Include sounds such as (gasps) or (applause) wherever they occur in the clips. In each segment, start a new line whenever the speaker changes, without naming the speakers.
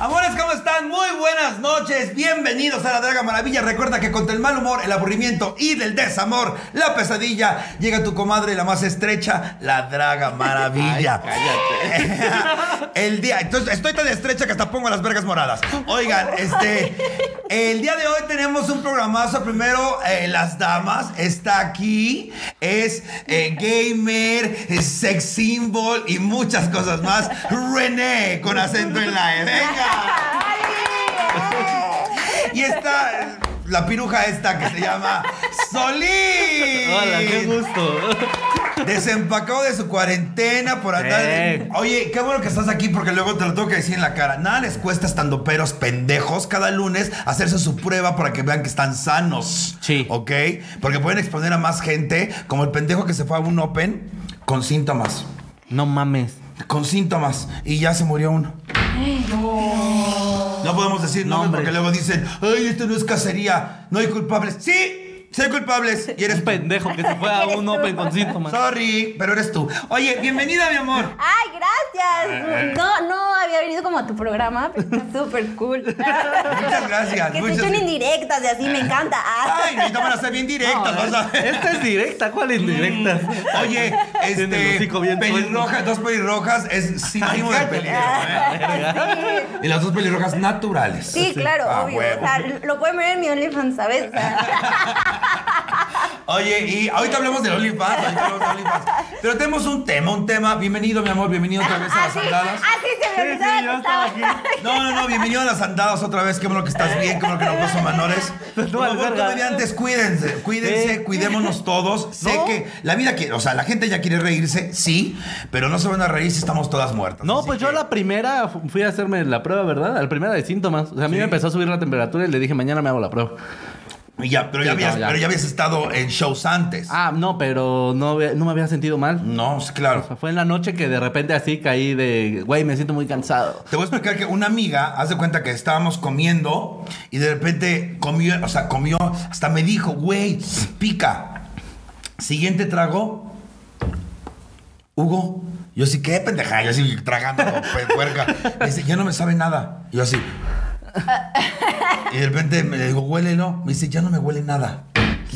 Amores, ¿cómo están? Muy buenas noches. Bienvenidos a la Draga Maravilla. Recuerda que contra el mal humor, el aburrimiento y del desamor, la pesadilla, llega tu comadre, la más estrecha, la Draga Maravilla. cállate. (laughs) el día. Entonces, estoy tan estrecha que hasta pongo las vergas moradas. Oigan, este. El día de hoy tenemos un programazo. Primero, eh, las damas. Está aquí. Es eh, gamer, es sex symbol y muchas cosas más. René, con acento en la E. ¡Venga! Y está la piruja esta que se llama Solís.
Hola, qué gusto.
Desempacado de su cuarentena por andar.
Sí.
Oye, qué bueno que estás aquí porque luego te lo tengo que decir en la cara. Nada les cuesta estando peros pendejos cada lunes hacerse su prueba para que vean que están sanos.
Sí.
¿Ok? Porque pueden exponer a más gente, como el pendejo que se fue a un open con síntomas.
No mames.
Con síntomas. Y ya se murió uno. No podemos decir nombres
Nombres.
porque luego dicen, ay, esto no es cacería, no hay culpables. Sí, sí hay culpables y eres
Un pendejo que se fue a un open con síntomas.
Sorry, pero eres tú. Oye, bienvenida, mi amor.
¡Ay,
Eh.
gracias! No, no había venido como a tu programa, pero está súper cool.
(laughs)
Muchas
gracias,
Que
muchas
se echen
gracias.
indirectas y así, me encanta.
(laughs)
Ah.
Ay, necesito van a ser bien directas, vas a ver.
Esta es directa, ¿cuál es directa?
Mm. Oye,
Tiene el
este,
hocico bien
pelirrojas, dos pelirrojas es sinónimo de
cállate.
peligro. ¿eh? Y las dos pelirrojas naturales.
Sí, claro,
Ah,
obvio.
huevo.
O sea, lo pueden ver en mi OnlyFans, ¿sabes? O sea,
Oye, y ahorita hablamos del OnlyFans, ahorita hablamos del OnlyFans. Pero tenemos un tema, un tema. Bienvenido, mi amor, bienvenido otra vez a las
así,
andadas.
así Ah, se me olvidaba que estaba.
No, no, no, bienvenido a las andadas otra vez. Qué bueno que estás bien, qué bueno que no pasó manores. Por
No, vale,
favor,
verga.
comediantes, cuídense, cuídense,
Sí. (laughs)
cuidémonos todos. Sé
No.
que la vida quiere, o sea, la gente ya quiere reírse, sí, pero no se van a reír si estamos todas muertas.
No,
Así
pues yo a
que-
la primera fu- fui a hacerme la prueba, ¿verdad? A la primera de síntomas. O sea, a mí me empezó a subir la temperatura y le dije, mañana me hago la prueba.
Y ya, pero, ya
Sí, no,
habías,
ya.
pero ya habías estado en shows antes.
Ah, no, pero no, había- no me había sentido mal.
No, sí,
O
claro.
sea, fue en la noche que de repente así caí de, güey, me siento muy cansado.
Te voy a explicar que una amiga, haz de cuenta que estábamos comiendo y de repente comió, o sea, comió, hasta me dijo, güey, pica. Siguiente trago, Hugo. Yo sí, qué pendeja, yo así tragando (laughs) pe- puerca. Me dice, ya no me sabe nada. Y yo así. Y de repente me le digo, huélelo. Me dice, ya no me huele nada.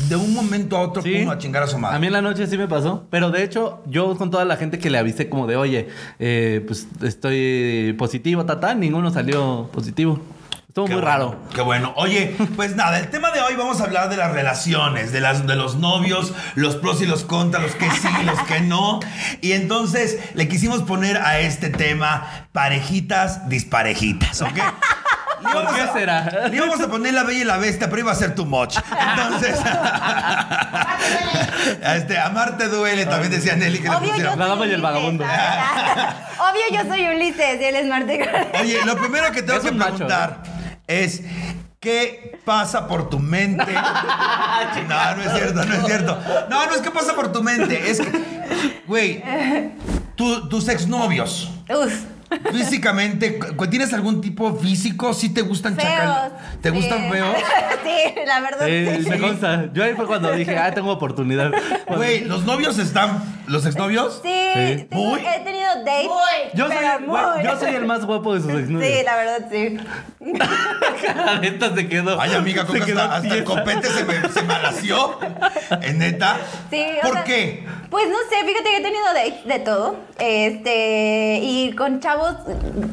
De un momento a otro,
Sí.
pum, a chingar a su madre.
A mí en la noche sí me pasó. Pero de hecho, yo con toda la gente que le avisé como de, oye, eh, pues estoy positivo, tatán, ninguno salió positivo. Estuvo
Qué
muy
bueno,
raro.
Qué bueno. Oye, pues nada, el tema de hoy vamos a hablar de las relaciones, de, las, de los novios, los pros y los contras, los que sí, los que no. Y entonces le quisimos poner a este tema parejitas,
(laughs)
disparejitas, ¿ok? Le
¿Por
íbamos
qué
a-
será?
Le íbamos a poner la bella y la bestia, pero iba a ser too much. Entonces.
(laughs)
(laughs) este, amarte duele, también decía Nelly que le
Obvio yo
pusiera.
soy
La dama y el
Ulises,
vagabundo.
¿sabes? (laughs) Obvio yo soy Ulises y él es Marte.
Oye, lo primero que tengo
Es
que
un macho,
preguntar es ¿qué pasa por
(laughs)
tu mente? no, no es cierto, no es cierto. No, no es que pasa por tu mente, es que güey, tu- tus exnovios
(laughs) Uf.
Físicamente, cu- ¿tienes algún tipo físico? ¿Sí te gustan
Feos.
chacal? ¿Te
Sí.
gustan feos?
(laughs) Sí, la verdad.
Eh,
(laughs) sí.
me consta. Yo ahí fue cuando dije, ah, tengo oportunidad. Cuando-
Güey, los novios están. ¿Los exnovios?
Sí,
Sí.
tengo-
Muy.
he tenido dates.
yo, soy,
pero
güey,
muy.
yo soy el más guapo de sus exnovios.
Sí, la verdad, sí.
La neta se quedó.
Ay, amiga, creo
se
que
quedó
hasta, hasta el
tiesa.
copete se me, se me alació. ¿En neta?
Sí, o
¿Por
sea,
qué?
Pues no sé, fíjate que he tenido dates de todo. Este, y con chavos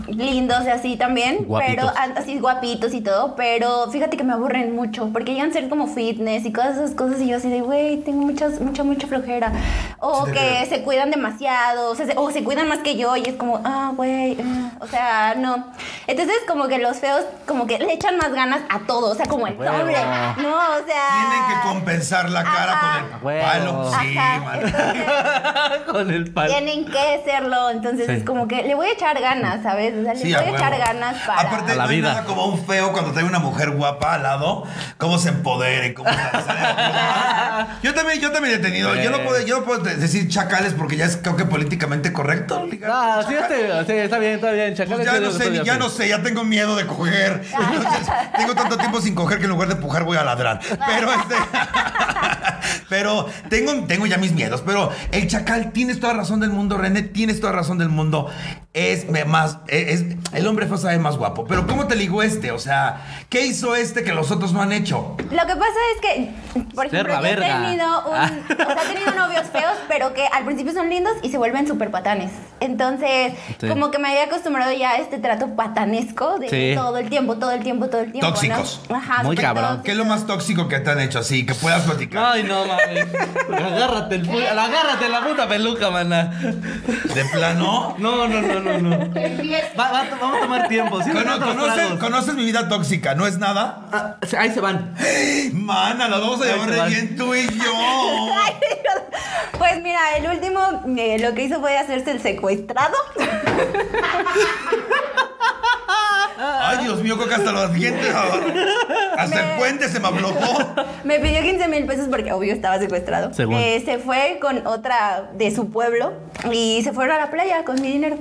lindos y así también.
Guapitos.
Pero an- así guapitos y todo. Pero fíjate que me aburren mucho. Porque llegan a ser como fitness y todas esas cosas. Y yo así de, güey, tengo muchas, mucha, mucha flojera. O
Sí, te
que
creo.
se cuidan demasiado. O, sea, se, o se cuidan más que yo. Y es como, ah, güey. ah", o sea, no. Entonces, como que los feos, como que le echan más ganas a todo. O sea, como el
Huevo.
doble. No, o
Tienen
sea.
que compensar la cara
Ajá.
con el
Huevo.
palo. Sí,
Ajá,
man.
entonces-
(laughs) Con el palo.
tienen que hacerlo. Entonces
Sí.
es como que le voy a echar ganas, ¿sabes? O sea, le
Sí,
voy
a
a echar
huevo.
ganas para.
Aparte,
A la
no hay
vida.
nada como un feo cuando trae una mujer guapa al lado, cómo se empodere, cómo se- se- Yo también, yo también he tenido,
Pues.
yo no puedo, yo no puedo decir chacales porque ya es creo que políticamente correcto. ligar
Ah,
con
sí,
chacal.
este, sí, está bien, está bien.
Pues
Chacales
ya
es
no
lo que
sé, ni-
estoy
ya
haciendo.
no sé, ya tengo miedo de coger.
(laughs)
Entonces, tengo tanto tiempo sin coger que en lugar de pujar voy a ladrar. Pero este. (laughs) pero tengo, tengo ya mis miedos. Pero el chacal, tienes toda razón del mundo, René, tienes toda razón del mundo. Es me- más. Es, es- el hombre feo sabe más guapo. Pero ¿cómo te ligó este? O sea, ¿qué hizo este que los otros no han hecho?
Lo que pasa es que, por
Ser
ejemplo,
la
yo he
verga.
tenido un.
Ah.
O sea, he tenido novios feos, pero que al principio son lindos y se vuelven súper patanes. Entonces,
Sí.
como que me había acostumbrado ya a este trato patanesco de
Sí.
todo el tiempo, todo el tiempo, todo el tiempo.
Tóxicos.
¿no? Ajá,
Muy
súper
cabrón.
tóxicos.
¿Qué es lo más tóxico que te han hecho así? Que puedas platicar.
Ay, no, mames. Agárrate, el pu- agárrate la puta peluca, mana.
De plano.
No, no, no, no, no. Va- va- vamos a tomar tiempo. (laughs) Sí,
Cono-
otros
conoces,
tragos.
conoces mi vida tóxica, ¿no es nada?
Ah, ahí se van.
Mana, la vamos a
Ahí
llevar
se
re
van.
bien tú y yo.
Pues mira, el último eh, lo que hizo fue hacerse el secuestrado.
Ay, Dios mío, creo que hasta los dientes. Hasta el puente se me ablocó.
Me pidió 15 mil pesos porque obvio estaba secuestrado.
Según.
Eh, se fue con otra de su pueblo y se fueron a la playa con mi dinero.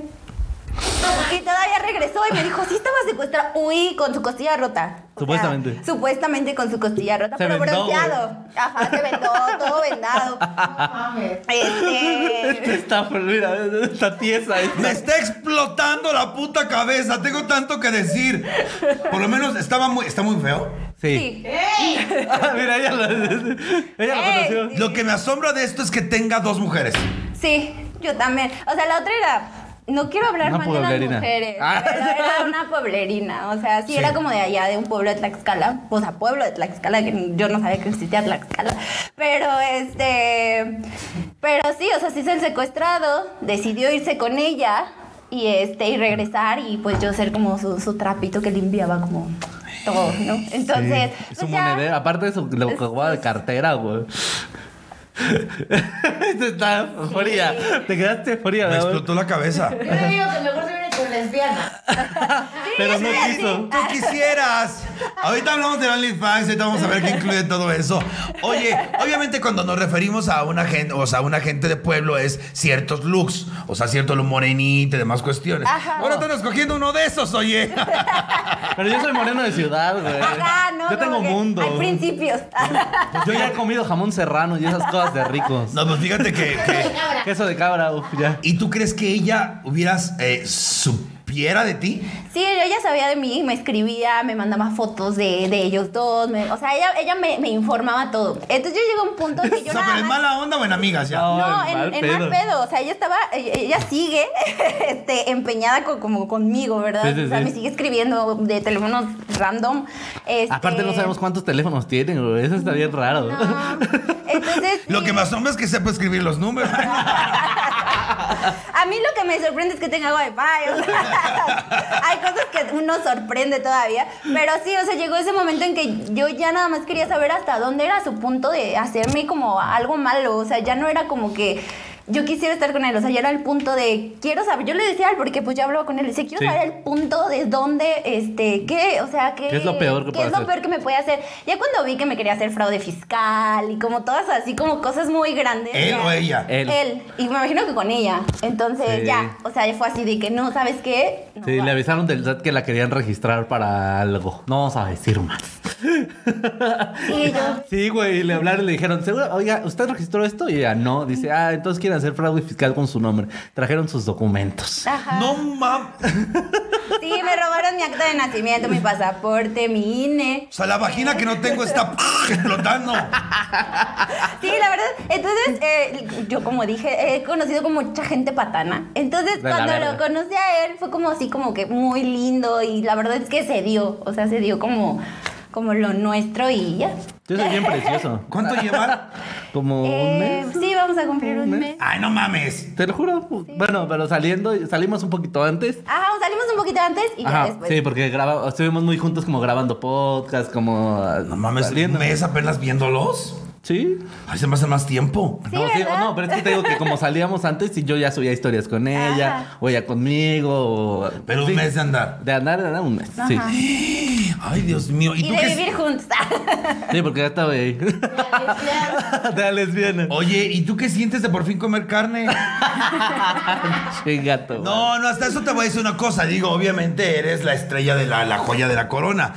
Y todavía regresó y me dijo, sí estaba secuestrado. Uy, con su costilla rota. O sea,
Supuestamente.
supuestamente con su costilla rota,
Se
pero
vendó,
bronceado. Ajá, se vendó, todo
(laughs)
vendado.
Este
Este...
está, mira, está tiesa. esta.
Me está explotando la puta cabeza. Tengo tanto que decir. Por lo menos estaba muy, está muy feo.
Sí. Ah, (laughs) mira, ella lo, ella lo
Ey,
conoció.
Lo que me asombra de esto es que tenga dos mujeres.
Sí, yo también. O sea, la otra era. No quiero hablar
Una
mal de las
pueblerina.
mujeres.
Ah.
Pero era una pueblerina. O sea, sí,
Sí.
era como de allá, de un pueblo de Tlaxcala. O sea, pueblo de Tlaxcala, que yo no sabía que existía Tlaxcala. Pero este. Pero sí, o sea, sí es el secuestrado. Decidió irse con ella. Y este, y regresar. Y pues yo ser como su, su trapito que limpiaba como todo, ¿no? Entonces.
Sí,
pues
su
ya.
monedero. Aparte de su lo que jugaba de cartera, güey. (laughs) Este está fría. Te quedaste fría,
Me
¿verdad?
explotó la cabeza.
Yo le digo que mejor se viene con lesbiana.
Pero no
sí,
quiso.
Tú quisieras. Ahorita hablamos de OnlyFans, ahorita vamos a ver qué incluye todo eso. Oye, obviamente cuando nos referimos a una gente, o sea, a una gente de pueblo es ciertos looks, o sea, cierto lo morenito y demás cuestiones.
Ajá.
Ahora están escogiendo uno de esos, oye.
Pero yo soy moreno de ciudad,
(laughs)
güey.
Ajá, Ah, no,
yo
como
tengo
que
mundo. Pues
Hay principios.
Yo ya he comido jamón serrano y esas cosas de ricos.
(laughs)
No, pues fíjate que, que-
Cabra.
Queso de cabra, uff, ya.
¿Y tú crees que ella hubieras eh, supiera de ti?
Sí, ella ya sabía de mí, me escribía, me mandaba fotos de, de ellos dos, me- o sea, ella, ella me, me informaba todo. Entonces yo llegué a un punto en
(laughs)
que yo
o sea,
nada
pero en
más-
mala onda o en amigas ya.
No.
no,
Ay,
en,
mal
en mal
pedo.
pedo. O sea, ella estaba, ella, ella sigue (laughs) este, empeñada co- como conmigo, ¿verdad?
Sí, sí,
o sea,
sí.
me sigue escribiendo de teléfonos random. este-
Aparte no sabemos cuántos teléfonos tienen, güey. Eso está bien raro.
(laughs)
(laughs)
No. Entonces,
Lo
sí.
que me asombra es que sepa escribir los números.
A mí lo que me sorprende es que tenga wifi. O sea, (laughs) hay cosas que uno sorprende todavía. Pero sí, o sea, llegó ese momento en que yo ya nada más quería saber hasta dónde era su punto de hacerme como algo malo. O sea, ya no era como que yo quisiera estar con él. O sea, ya era el punto de quiero saber. Yo le decía a él porque pues yo hablaba con él. Le decía, quiero
Sí.
saber el punto de dónde, este, qué, o sea, qué,
¿Qué es lo peor que
qué
puede
es lo
hacer?
peor que me puede hacer. Ya cuando vi que me quería hacer fraude fiscal y como todas así, como cosas muy grandes.
¿Él
ya-
o ella?
Él.
él. Y me imagino que con ella. Entonces
Sí.
ya, o sea, fue así de que no, ¿sabes qué?
(laughs)
No
Sí,
va.
le avisaron del SAT que la querían registrar para algo. No vamos a decir más.
Y yo,
Sí, güey, y le hablaron y le dijeron, seguro, oiga, ¿usted registró esto? Y ella no. Dice, ah, entonces quieren hacer fraude fiscal con su nombre. Trajeron sus documentos.
ajá.
No mames.
Sí, me robaron mi acta de nacimiento, mi pasaporte, mi E. INE.
O sea, la vagina que no tengo está (laughs) explotando.
Sí, la verdad. Entonces, eh, yo como dije, he conocido como mucha gente patana. Entonces,
De la
cuando
verga.
lo conocí a él, fue como así, como que muy lindo. Y la verdad es que se dio. O sea, se dio como, como lo nuestro y ya.
Yo soy bien precioso.
¿Cuánto llevan?
Como un
Eh,
mes.
sí, vamos a cumplir un
mes.
mes.
Ay, no mames.
Te lo juro. Bueno, pero saliendo, salimos un poquito antes.
Ajá, salimos un poquito antes y ya
Ajá,
después.
sí, porque graba, estuvimos muy juntos como grabando podcast, como...
No mames, un
saliendo.
mes apenas viéndolos.
Sí.
Ay, se me hace más tiempo.
Sí,
no, sí,
¿verdad?
no, pero es que te digo que como salíamos antes y yo ya subía historias con ella,
Ajá.
o ella conmigo. o-
Pero un
sí.
mes de andar.
De andar, de andar un mes. Sí.
Ajá.
Ay, Dios mío. ¿Y,
Y
tú
de
qué?
vivir juntos.
Sí, porque ya estaba ahí. (laughs) de lesbiana.
Oye, ¿y tú qué sientes de por fin comer carne?
Qué gato.
No, no, hasta eso te voy a decir una cosa. Digo, obviamente eres la estrella de la, la joya de la
(laughs)
corona.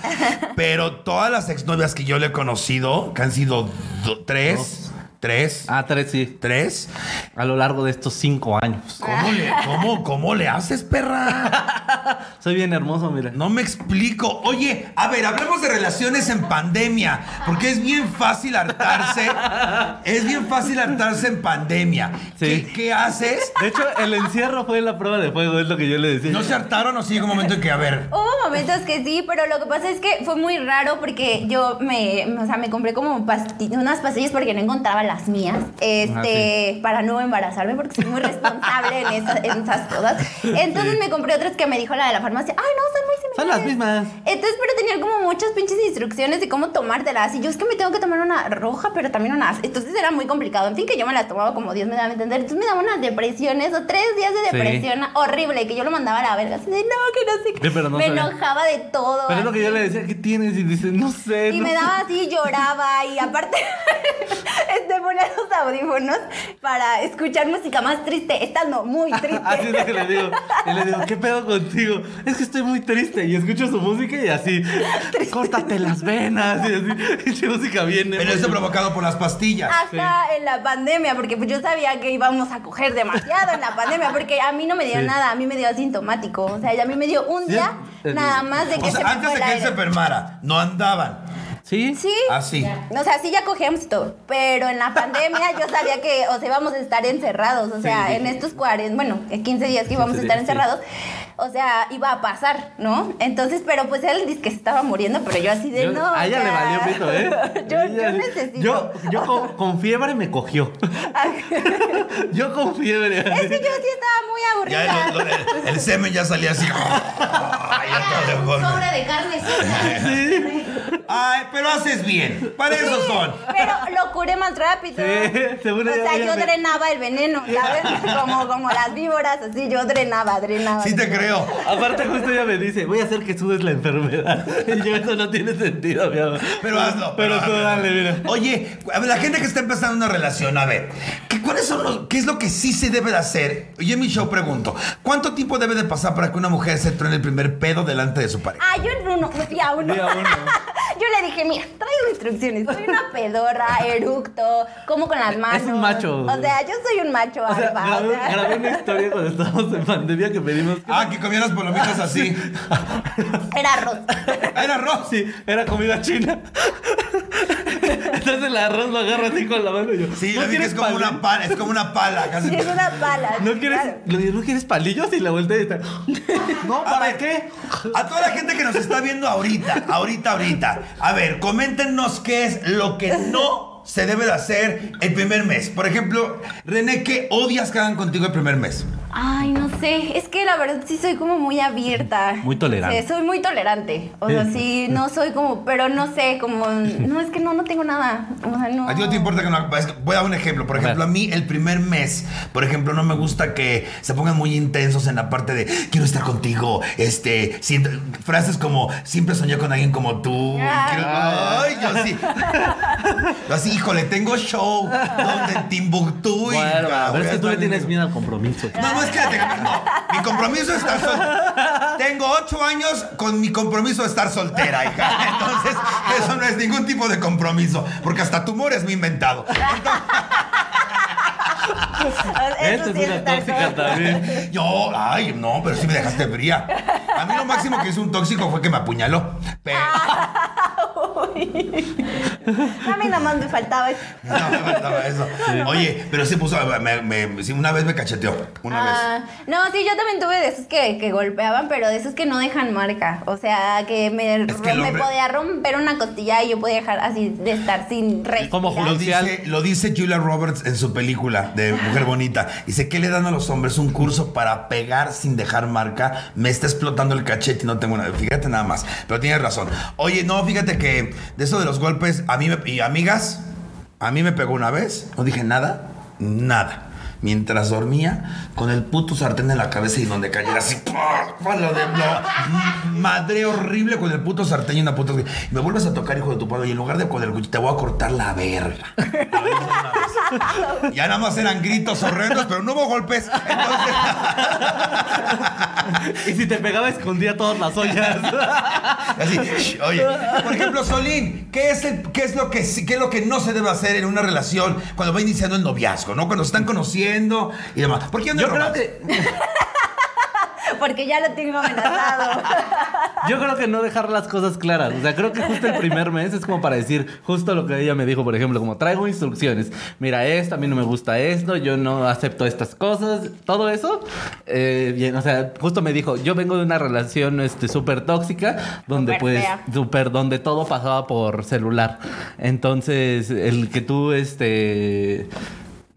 Pero todas las exnovias que yo le he conocido, que han sido do- tres, tres,
Ah, tres sí.
tres.
A lo largo de estos cinco años.
¿Cómo le, cómo, cómo le haces, perra?
Soy bien hermoso, mira.
No me explico. Oye, a ver, hablemos de relaciones en pandemia. Porque es bien fácil hartarse. Es bien fácil hartarse en pandemia.
Sí.
¿Qué, qué haces?
De hecho, el encierro fue la prueba de fuego, es lo que yo le decía.
¿No se hartaron o sí llegó un momento en que, a ver,
Hubo momentos que sí, pero lo que pasa es que fue muy raro porque yo me, o sea, me compré como pasti- unas pastillas porque no encontraba las mías,
Ah,
este, para no embarazarme porque soy muy responsable en, esa- en esas cosas. Entonces me compré otras que me dijo la de la farmacia, ay no, son muy similares.
Son las mismas.
Entonces, pero tenían como muchas pinches instrucciones de cómo tomártelas. Y yo es que me tengo que tomar una roja, pero también una... az-". Entonces era muy complicado. En fin, que yo me las tomaba como Dios me daba a entender. Entonces me daba unas depresiones o tres días de
Sí.
depresión horrible que yo lo mandaba a la verga. Así de, no, que no sé qué.
Sí, pero no
me
sabía.
enojaba de todo.
Pero es lo que yo
así.
le decía, ¿qué tienes? Y dice, no sé.
Y
no
me
sé.
daba así, lloraba y aparte (laughs) este, ponía los audífonos para escuchar música más triste, estando muy triste.
(laughs) Así es lo que le digo. Y le digo, ¿qué pedo contigo? Es que estoy muy triste. Y escucho su música y así, córtate las venas. Y así, y su música viene.
pero
Oye,
esto provocado por las pastillas.
Hasta en la pandemia, porque pues yo sabía que íbamos a coger demasiado en la pandemia, porque a mí no me dio
Sí.
nada, a mí me dio asintomático. O sea, y a mí me dio un
Sí,
día
es-
nada más de que
O
se
sea,
me
antes
fue
de
el
que él
aire.
se enfermara, no andaban.
Ah, Sí.
Sí.
Así.
O sea, sí ya cogíamos y todo, pero en la pandemia yo sabía que, o sea, íbamos a estar encerrados, o sea,
Sí.
en estos 40, bueno, en 15 días que íbamos a
15
estar
días, sí.
encerrados, o sea, iba a pasar, ¿no? Entonces, pero pues él dice que se estaba muriendo, pero yo así de
Yo-
no. o
a ella le
sea,
valió pito, ¿eh?
(laughs) yo,
Ella-
yo necesito. (laughs)
Yo, yo con, con fiebre me cogió. (laughs) yo con fiebre.
Es que yo sí estaba muy aburrida.
Ya el, el- el semen ya salía
(laughs)
así. Ay, ya todo de golpe.
Sobra de carne seca.
Ay, pero haces bien. Para eso son.
Pero lo curé más rápido.
Sí, seguro
o
ya
sea,
había
yo
ve-
drenaba el veneno,
(laughs)
¿sabes? Como, como las víboras, así yo drenaba, drenaba.
Sí te creo.
Aparte, justo ella me dice, voy a hacer que sudes la enfermedad. (laughs) Y yo, eso no tiene sentido, mi amor.
Pero hazlo.
Pero tú
hazlo.
dale, mira.
Oye, a ver, la gente que está empezando una relación, a ver, ¿qué, ¿cuáles son los, qué es lo que sí se debe de hacer? Yo en mi show pregunto, ¿cuánto tiempo debe de pasar para que una mujer se truene el primer pedo delante de su pareja?
Ah, yo en uno, me fui a uno.
Día uno.
(laughs) Yo le dije, mira, traigo instrucciones. Soy una pedorra, eructo, como con las manos.
Es un macho.
O sea, yo soy un macho
O sea,
alfa,
grabé,
o sea.
grabé una historia cuando estábamos en pandemia que pedimos.
Ah, que comieras palomitas así.
Era arroz.
Ah, (laughs) Era arroz.
Sí, era comida china. (laughs) Entonces el arroz lo agarro así con la mano y yo.
Sí,
¿no
yo dije,
quieres
es como
palillos?
una pala, es como una pala. Casi.
Sí, es una pala.
(laughs) ¿No quieres,
claro.
le dije, ¿No quieres palillos? Y la vuelta y está. (laughs) No,
A
¿para
ver,
qué?
A toda la gente que nos está viendo ahorita, ahorita, ahorita. A ver, coméntenos qué es lo que no se debe de hacer el primer mes. Por ejemplo, René, ¿qué odias que hagan contigo el primer mes?
Ay, no sé, es que la verdad sí soy como muy abierta.
Muy tolerante.
Sí, soy muy tolerante. O sea, sí,
(laughs)
no soy como, pero no sé, como, no, es que no, no tengo nada. O sea, no.
A ti no te importa que no... es que Voy a dar un ejemplo. Por ejemplo, a mí el primer mes, por ejemplo, no me gusta que se pongan muy intensos en la parte de quiero estar contigo, este, siento- frases como siempre soñé con alguien como tú. quiero- ay, yo sí. (laughs) Yo así, híjole, tengo show donde en Timbuktu. y-
Bueno,
Ah,
pero es
voy a
que tú le
estar
tienes
en-
miedo al compromiso.
Ah,
No, no, es que no. Mi compromiso es estar soltera. Tengo ocho años con mi compromiso de estar soltera, hija. Entonces, eso no es ningún tipo de compromiso. Porque hasta tu humor es mi inventado.
Eso
Esta es
sí
una
está
tóxica
como- (laughs)
también.
Yo, ay, no, pero sí me dejaste fría. A mí lo máximo que hizo un tóxico fue que me apuñaló. Pero
A mí nada más me faltaba eso.
no me faltaba eso. Oye, pero sí puso, me- me- sí, una vez me cacheteó. Una vez.
Ah, no, sí, yo también tuve de esos que, que golpeaban, pero de esos que no dejan marca. O sea, que me,
Es que el
me
hombre-
podía romper una costilla y yo podía dejar así de estar sin respirar.
Como
Lo
Julio.
dice, lo dice Julia Roberts en su película de Mujer Bonita. Dice, ¿qué le dan a los hombres un curso para pegar sin dejar marca? Me está explotando el cachete y no tengo nada. Fíjate nada más. Pero tienes razón. Oye, no, fíjate que de eso de los golpes, a mí me- y amigas... A mí me pegó una vez, no dije nada, nada. Mientras dormía, con el puto sartén en la cabeza y donde cayera así, ¡pua! ¡pua! lo de lo- madre horrible con el puto sartén y una puta. Y me vuelves a tocar, hijo de tu padre, y en lugar de con el cuchillo, te voy a cortar la verga. Ya nada más eran gritos horrendos, pero no hubo golpes. Entonces,
Y si te pegaba, escondía todas las
(laughs)
ollas.
Así, "Shh, oye, por ejemplo, Solín, ¿qué es, el- qué es lo que, sí- qué es lo que no se debe hacer en una relación cuando va iniciando el noviazgo, ¿no? Cuando se están conociendo y demás. ¿Por qué no
Yo
es
creo
romance?
que
(laughs) Porque ya lo tengo amenazado.
Yo creo que no dejar las cosas claras. O sea, creo que justo el primer mes es como para decir justo lo que ella me dijo, por ejemplo, como traigo instrucciones. Mira esto, a mí no me gusta esto, yo no acepto estas cosas, todo eso. Eh, bien, o sea, justo me dijo, yo vengo de una relación este súper tóxica, donde
Súper
pues,
fea.
súper, donde todo pasaba por celular. Entonces, el que tú, este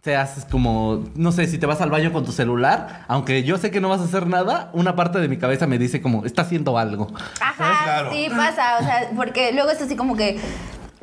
te haces como, no sé, si te vas al baño con tu celular, aunque yo sé que no vas a hacer nada, una parte de mi cabeza me dice como, está haciendo algo.
Ajá,
Claro.
sí pasa, o sea, porque luego es así como que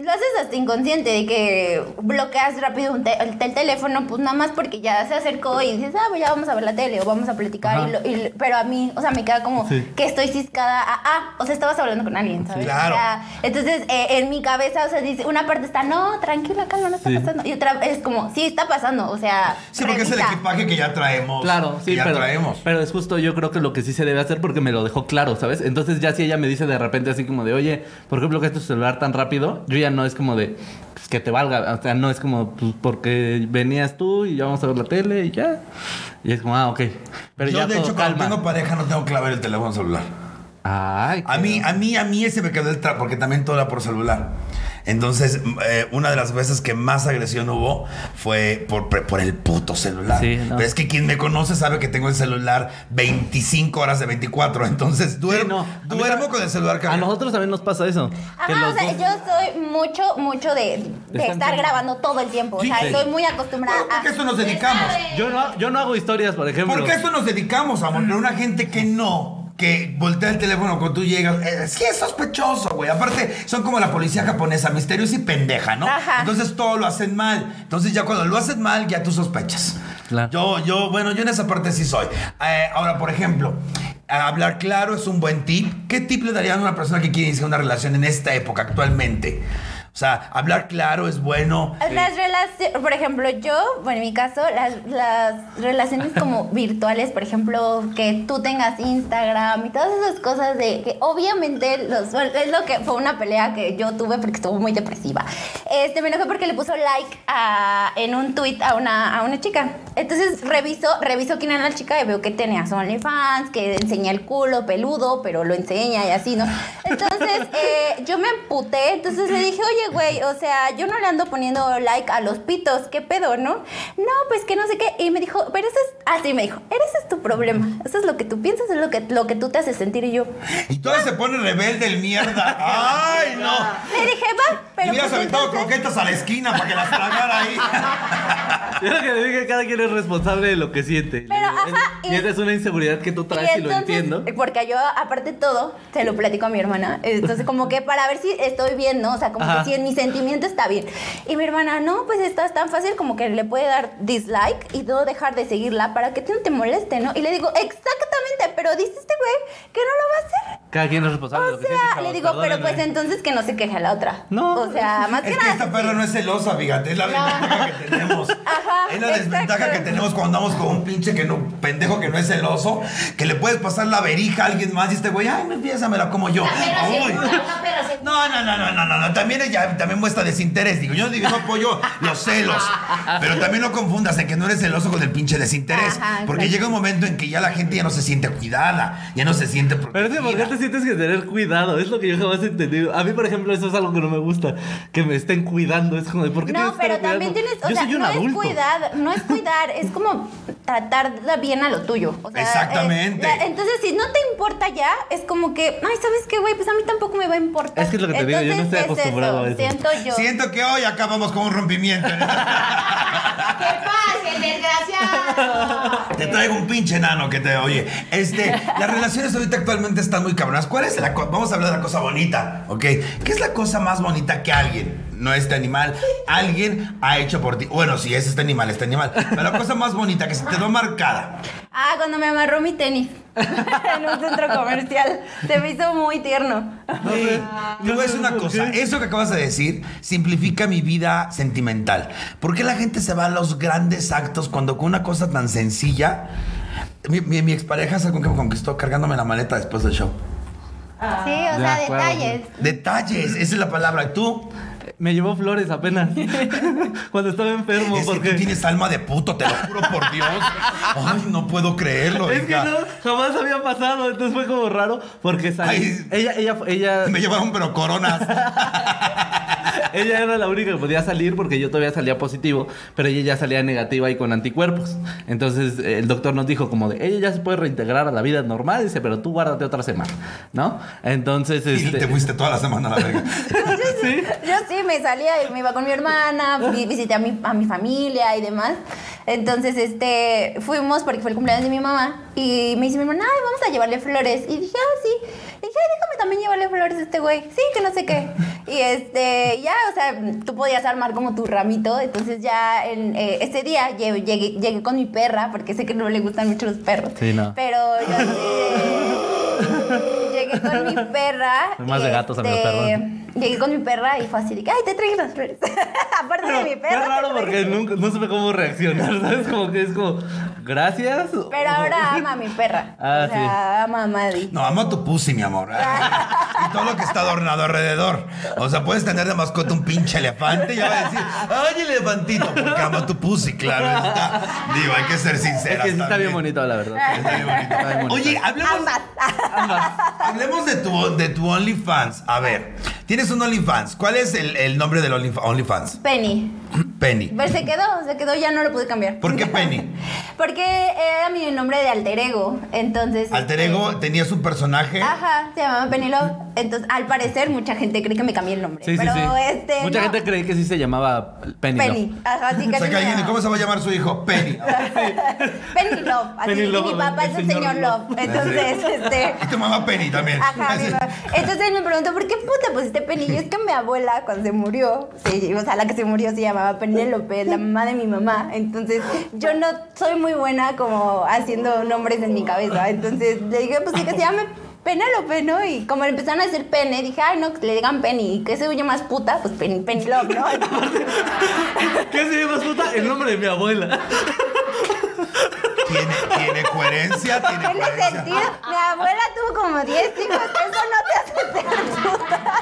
lo haces hasta inconsciente de que bloqueas rápido un te- el, el teléfono, pues nada más porque ya se acercó y dices, ah, pues ya vamos a ver la tele o vamos a platicar. y
Ajá.
lo- y lo- pero a mí, o sea, me queda como
Sí.
que estoy ciscada. Ah, ah, o sea, estabas hablando con alguien, ¿sabes?
Claro.
O sea, entonces, eh, en mi cabeza, o sea, dice, una parte está, no, tranquila, calma, no está
Sí.
pasando. Y otra es como, sí, está pasando, o sea.
Sí, porque es el
revisa.
equipaje que ya traemos.
Claro,
que
sí,
ya
pero,
traemos.
pero es justo yo creo que lo que sí se debe hacer porque me lo dejó claro, ¿sabes? Entonces ya si ella me dice de repente así como de, oye, ¿por qué bloqueas tu celular tan rápido? Yo ya no es como de, pues, que te valga, o sea, no es como, pues, porque venías tú y ya vamos a ver la tele y ya. Y es como, ah, ok. Pero
Yo,
ya
de
todo
hecho, cuando
calma.
tengo pareja, no tengo que clavar el teléfono celular.
Ay,
A
qué-
mí, a mí, a mí ese me quedó el trap, porque también todo era por celular. Entonces, m- eh, una de las veces que más agresión hubo fue por, pre- por el puto celular.
Sí, no.
Pero es que quien me conoce sabe que tengo el celular 25 horas de 24. (laughs) Entonces,
no.
duermo,
A mí
duermo
ta-
con el celular
A
cargado.
nosotros también nos pasa eso. que
Ajá, Ah, o
los
sea,
dos-
yo soy mucho, mucho de, de
Están
estar
con-
grabando todo el tiempo. O
Sí,
sea,
sí.
estoy muy acostumbrada
Bueno, porque a
a...
esto nos dedicamos.
Yo no, yo no hago historias, por ejemplo.
Porque a esto nos dedicamos, amor. Pero una gente que no, que voltea el teléfono cuando tú llegas, eh, sí es sospechoso, güey. Aparte, son como la policía japonesa, misterios y pendeja, ¿no?
Ajá.
Entonces todo lo hacen mal. Entonces ya cuando lo hacen mal, ya tú sospechas.
Claro.
Yo, yo, bueno, yo en esa parte sí soy. Eh, ahora, por ejemplo, hablar claro es un buen tip. ¿Qué tip le darían a una persona que quiere iniciar una relación en esta época, actualmente? O sea, hablar claro es bueno.
Las relaciones, por ejemplo, yo, bueno, en mi caso, las, las relaciones
(laughs)
como virtuales, por ejemplo, que tú tengas Instagram y todas esas cosas de que obviamente los, bueno, es lo que fue una pelea que yo tuve porque estuvo muy depresiva. Este, me enojé porque le puso like a- en un tweet a una, a una chica. Entonces reviso, reviso quién era la chica y veo que tenía su OnlyFans, que enseña el culo peludo, pero lo enseña y así, ¿no? Entonces
(laughs)
eh, yo me emputé, entonces le dije, oye, güey, o sea, yo no le ando poniendo like a los pitos, ¿qué pedo, no? No, pues que no sé qué. Y me dijo, pero eso es, así me dijo, "Pero ese es tu problema, eso es lo que tú piensas, es lo que, lo que tú te haces sentir y yo.
Y todo se pone rebelde el mierda. (laughs) ¡Ay, no!
Le dije, va,
Y
pero...
hubieras
pues
aventado
entonces-
croquetas a la esquina para que las tragara
(laughs)
ahí.
Yo lo que le dije, cada quien es responsable de lo que siente.
Pero,
Le digo,
ajá,
es-
y-
y esa es una inseguridad que tú traes y, lo
entonces, eh,
entiendo.
Porque yo, aparte de todo, se lo platico a mi hermana. Entonces, como que para ver si estoy bien, ¿no? O sea, como
Ajá.
que si en mi sentimiento está bien. Y mi hermana, no, pues esto es tan fácil como que le puede dar dislike y no dejar de seguirla para que tú no te moleste, ¿no? Y le digo, exactamente, pero dice este güey que no lo va a hacer.
Cada quien es responsable de
O
lo que siente.
sea,
chavos,
le digo, pero
perdónenme".
pues entonces que no se queje la otra.
No.
O sea, más que
Es que
nada.
esta perra no es celosa, fíjate. Es la ventaja que tenemos.
(laughs) Ajá,
es la desventaja
exacto.
que tenemos cuando andamos con un pinche que no, pendejo que no es celoso, que le puedes pasar la verija a alguien más y este güey, ay, me empieza, me la como yo.
Pero
Uy.
segura, una perra segura.
No, no, no, no, no, no, no. También ella también muestra desinterés. Digo, yo no digo, no apoyo los celos. Pero también no confundas en que no eres celoso con el pinche desinterés.
Ajá,
porque
exacto.
llega un momento en que ya la gente ya no se siente cuidada, ya no se siente
Pero es
protegida.
que ¿por qué te sientes que tener cuidado? Es lo que yo jamás he entendido. A mí, por ejemplo, eso es algo que no me gusta. Que me estén cuidando. Es como de, ¿por qué
No,
tienes que
pero
estar
también
cuidando?
tienes, o
yo
sea,
soy un
no es
adulto.
cuidar, no es cuidar, es como tratar la- bien a lo tuyo. O sea,
Exactamente.
eh, la- entonces, si no te importa ya, es como que, ay, ¿sabes qué, güey? Pues a mí tampoco me va a importar.
Es que es lo que te digo, yo no
Entonces,
estoy
es
acostumbrado a eso.
Siento yo.
Siento que hoy acabamos con un rompimiento. ¿eh?
¡Que pase, el desgraciado!
Te traigo un pinche enano que te oye. Este, las relaciones ahorita actualmente están muy cabronas. ¿Cuál es la cosa? Vamos a hablar de la cosa bonita, ¿ok? ¿Qué es la cosa más bonita que alguien? no este animal, alguien ha hecho por ti. Bueno, sí, es este animal, este animal. Pero la cosa más bonita que se te quedó marcada.
(laughs) Ah, cuando me amarró mi tenis (laughs) en un centro comercial. Se me hizo muy tierno.
Güey, Te voy
(laughs)
a decir una cosa. eh. Eso que acabas de decir simplifica mi vida sentimental. ¿Por qué la gente se va a los grandes actos cuando con una cosa tan sencilla? Mi, mi, mi expareja se con que me conquistó cargándome la maleta después del show.
Sí, o sea,
De acuerdo.
detalles.
Detalles, esa es la palabra. Y Tú,
Me llevó flores
(laughs)
apenas. (laughs) Cuando estaba enfermo,
es que
porque.
tú tienes alma de puto, te lo juro por Dios. Ay, no puedo creerlo,
Es que
hija.
no, jamás había pasado, entonces fue como raro porque salí.
Ay.
Ella, ella, ella,
Me llevaron pero coronas.
ella era la única que podía salir porque yo todavía salía positivo, pero ella ya salía negativa y con anticuerpos. Entonces eh, el doctor nos dijo como de, ella ya se puede reintegrar a la vida normal, dice, pero tú guárdate otra semana, ¿no? Entonces,
Y
este...
te fuiste toda la semana a la verga.
sí.
Yo sí me salía y me iba con mi hermana,
(laughs)
vi- visité a mi, a mi familia y demás. Entonces, este, fuimos porque fue el cumpleaños de mi mamá y me dice mi hermana, ay, vamos a llevarle flores. Y dije, ah, sí. Y dije, ay, déjame también llevarle flores a este güey. Sí, que no sé qué. Y este, ya, o sea, tú podías armar como tu ramito. Entonces, ya en, eh, ese día lle- llegué, llegué con mi perra porque sé que no le gustan mucho los perros.
Sí, no.
Pero yo así
(laughs)
de- llegué con mi perra.
Soy más de
y,
gatos, amigo,
este,
perdón.
Llegué con mi perra y fue así de que, ay, te traje las flores. (laughs) Aparte de mi perra.
Qué
te
raro
traje-
porque nunca, no supe cómo reaccionar, ¿sabes? Como que es como, gracias.
Pero ahora ama a mi perra.
Ah,
o sea, ama a Maddie.
No, amo a tu pussy, mi
(laughs)
amor. Y todo lo que está adornado alrededor. O sea, puedes tener de mascota un pinche elefante y ya va a decir, ay, elefantito, porque amo a tu pussy, claro está. Digo, hay que ser
(laughs) Es
sinceras.
que sí está bien
también.
bonito, la verdad.
Está bien bonito.
Está bien bonito.
Oye, hablemos,
Ambas.
hablemos de tu, de tu OnlyFans. A ver, tienes un OnlyFans. ¿Cuál es el, el nombre del Onlyf- OnlyFans?
Penny.
Penny.
Pero se quedó, se quedó, ya no lo pude cambiar.
¿Por qué Penny?
(laughs) Porque era mi nombre de alter ego. Entonces.
Alter
este,
ego, tenías un personaje.
Ajá, se llamaba Penny Love. Entonces, al parecer, mucha gente cree que me cambié el nombre.
Sí, sí,
pero
sí.
este.
Mucha
no.
gente cree que sí se llamaba Penny. Love. (laughs)
Penny. Ajá, sí,
O sea, que
casi me
alguien,
llamaba.
¿cómo se va a llamar su hijo? Penny.
(laughs) Penny Love. Así
Penny
y
Love,
mi papá es el señor Love. Entonces, este.
Y tu mamá Penny también.
Ajá, mi mamá. Entonces él me preguntó, ¿por qué puta pusiste Penny? Y yo, es que mi abuela, cuando se murió, se- o sea, la que se murió se llamaba Penélope, la mamá de mi mamá. Entonces, yo no soy muy buena como haciendo nombres en mi cabeza. Entonces, le dije, pues sí, que se llame Penélope, ¿no? Y como le empezaron a decir Pene, dije, ay, no, que le digan Penny. ¿Y qué se oye más puta? Pues Penny, Penny Love, ¿no?
¿Qué se llama puta? El nombre de mi abuela.
Tiene, tiene coherencia, tiene
Tiene
coherencia.
sentido. Mi abuela tuvo como 10 hijos. Eso no te hace ser puta.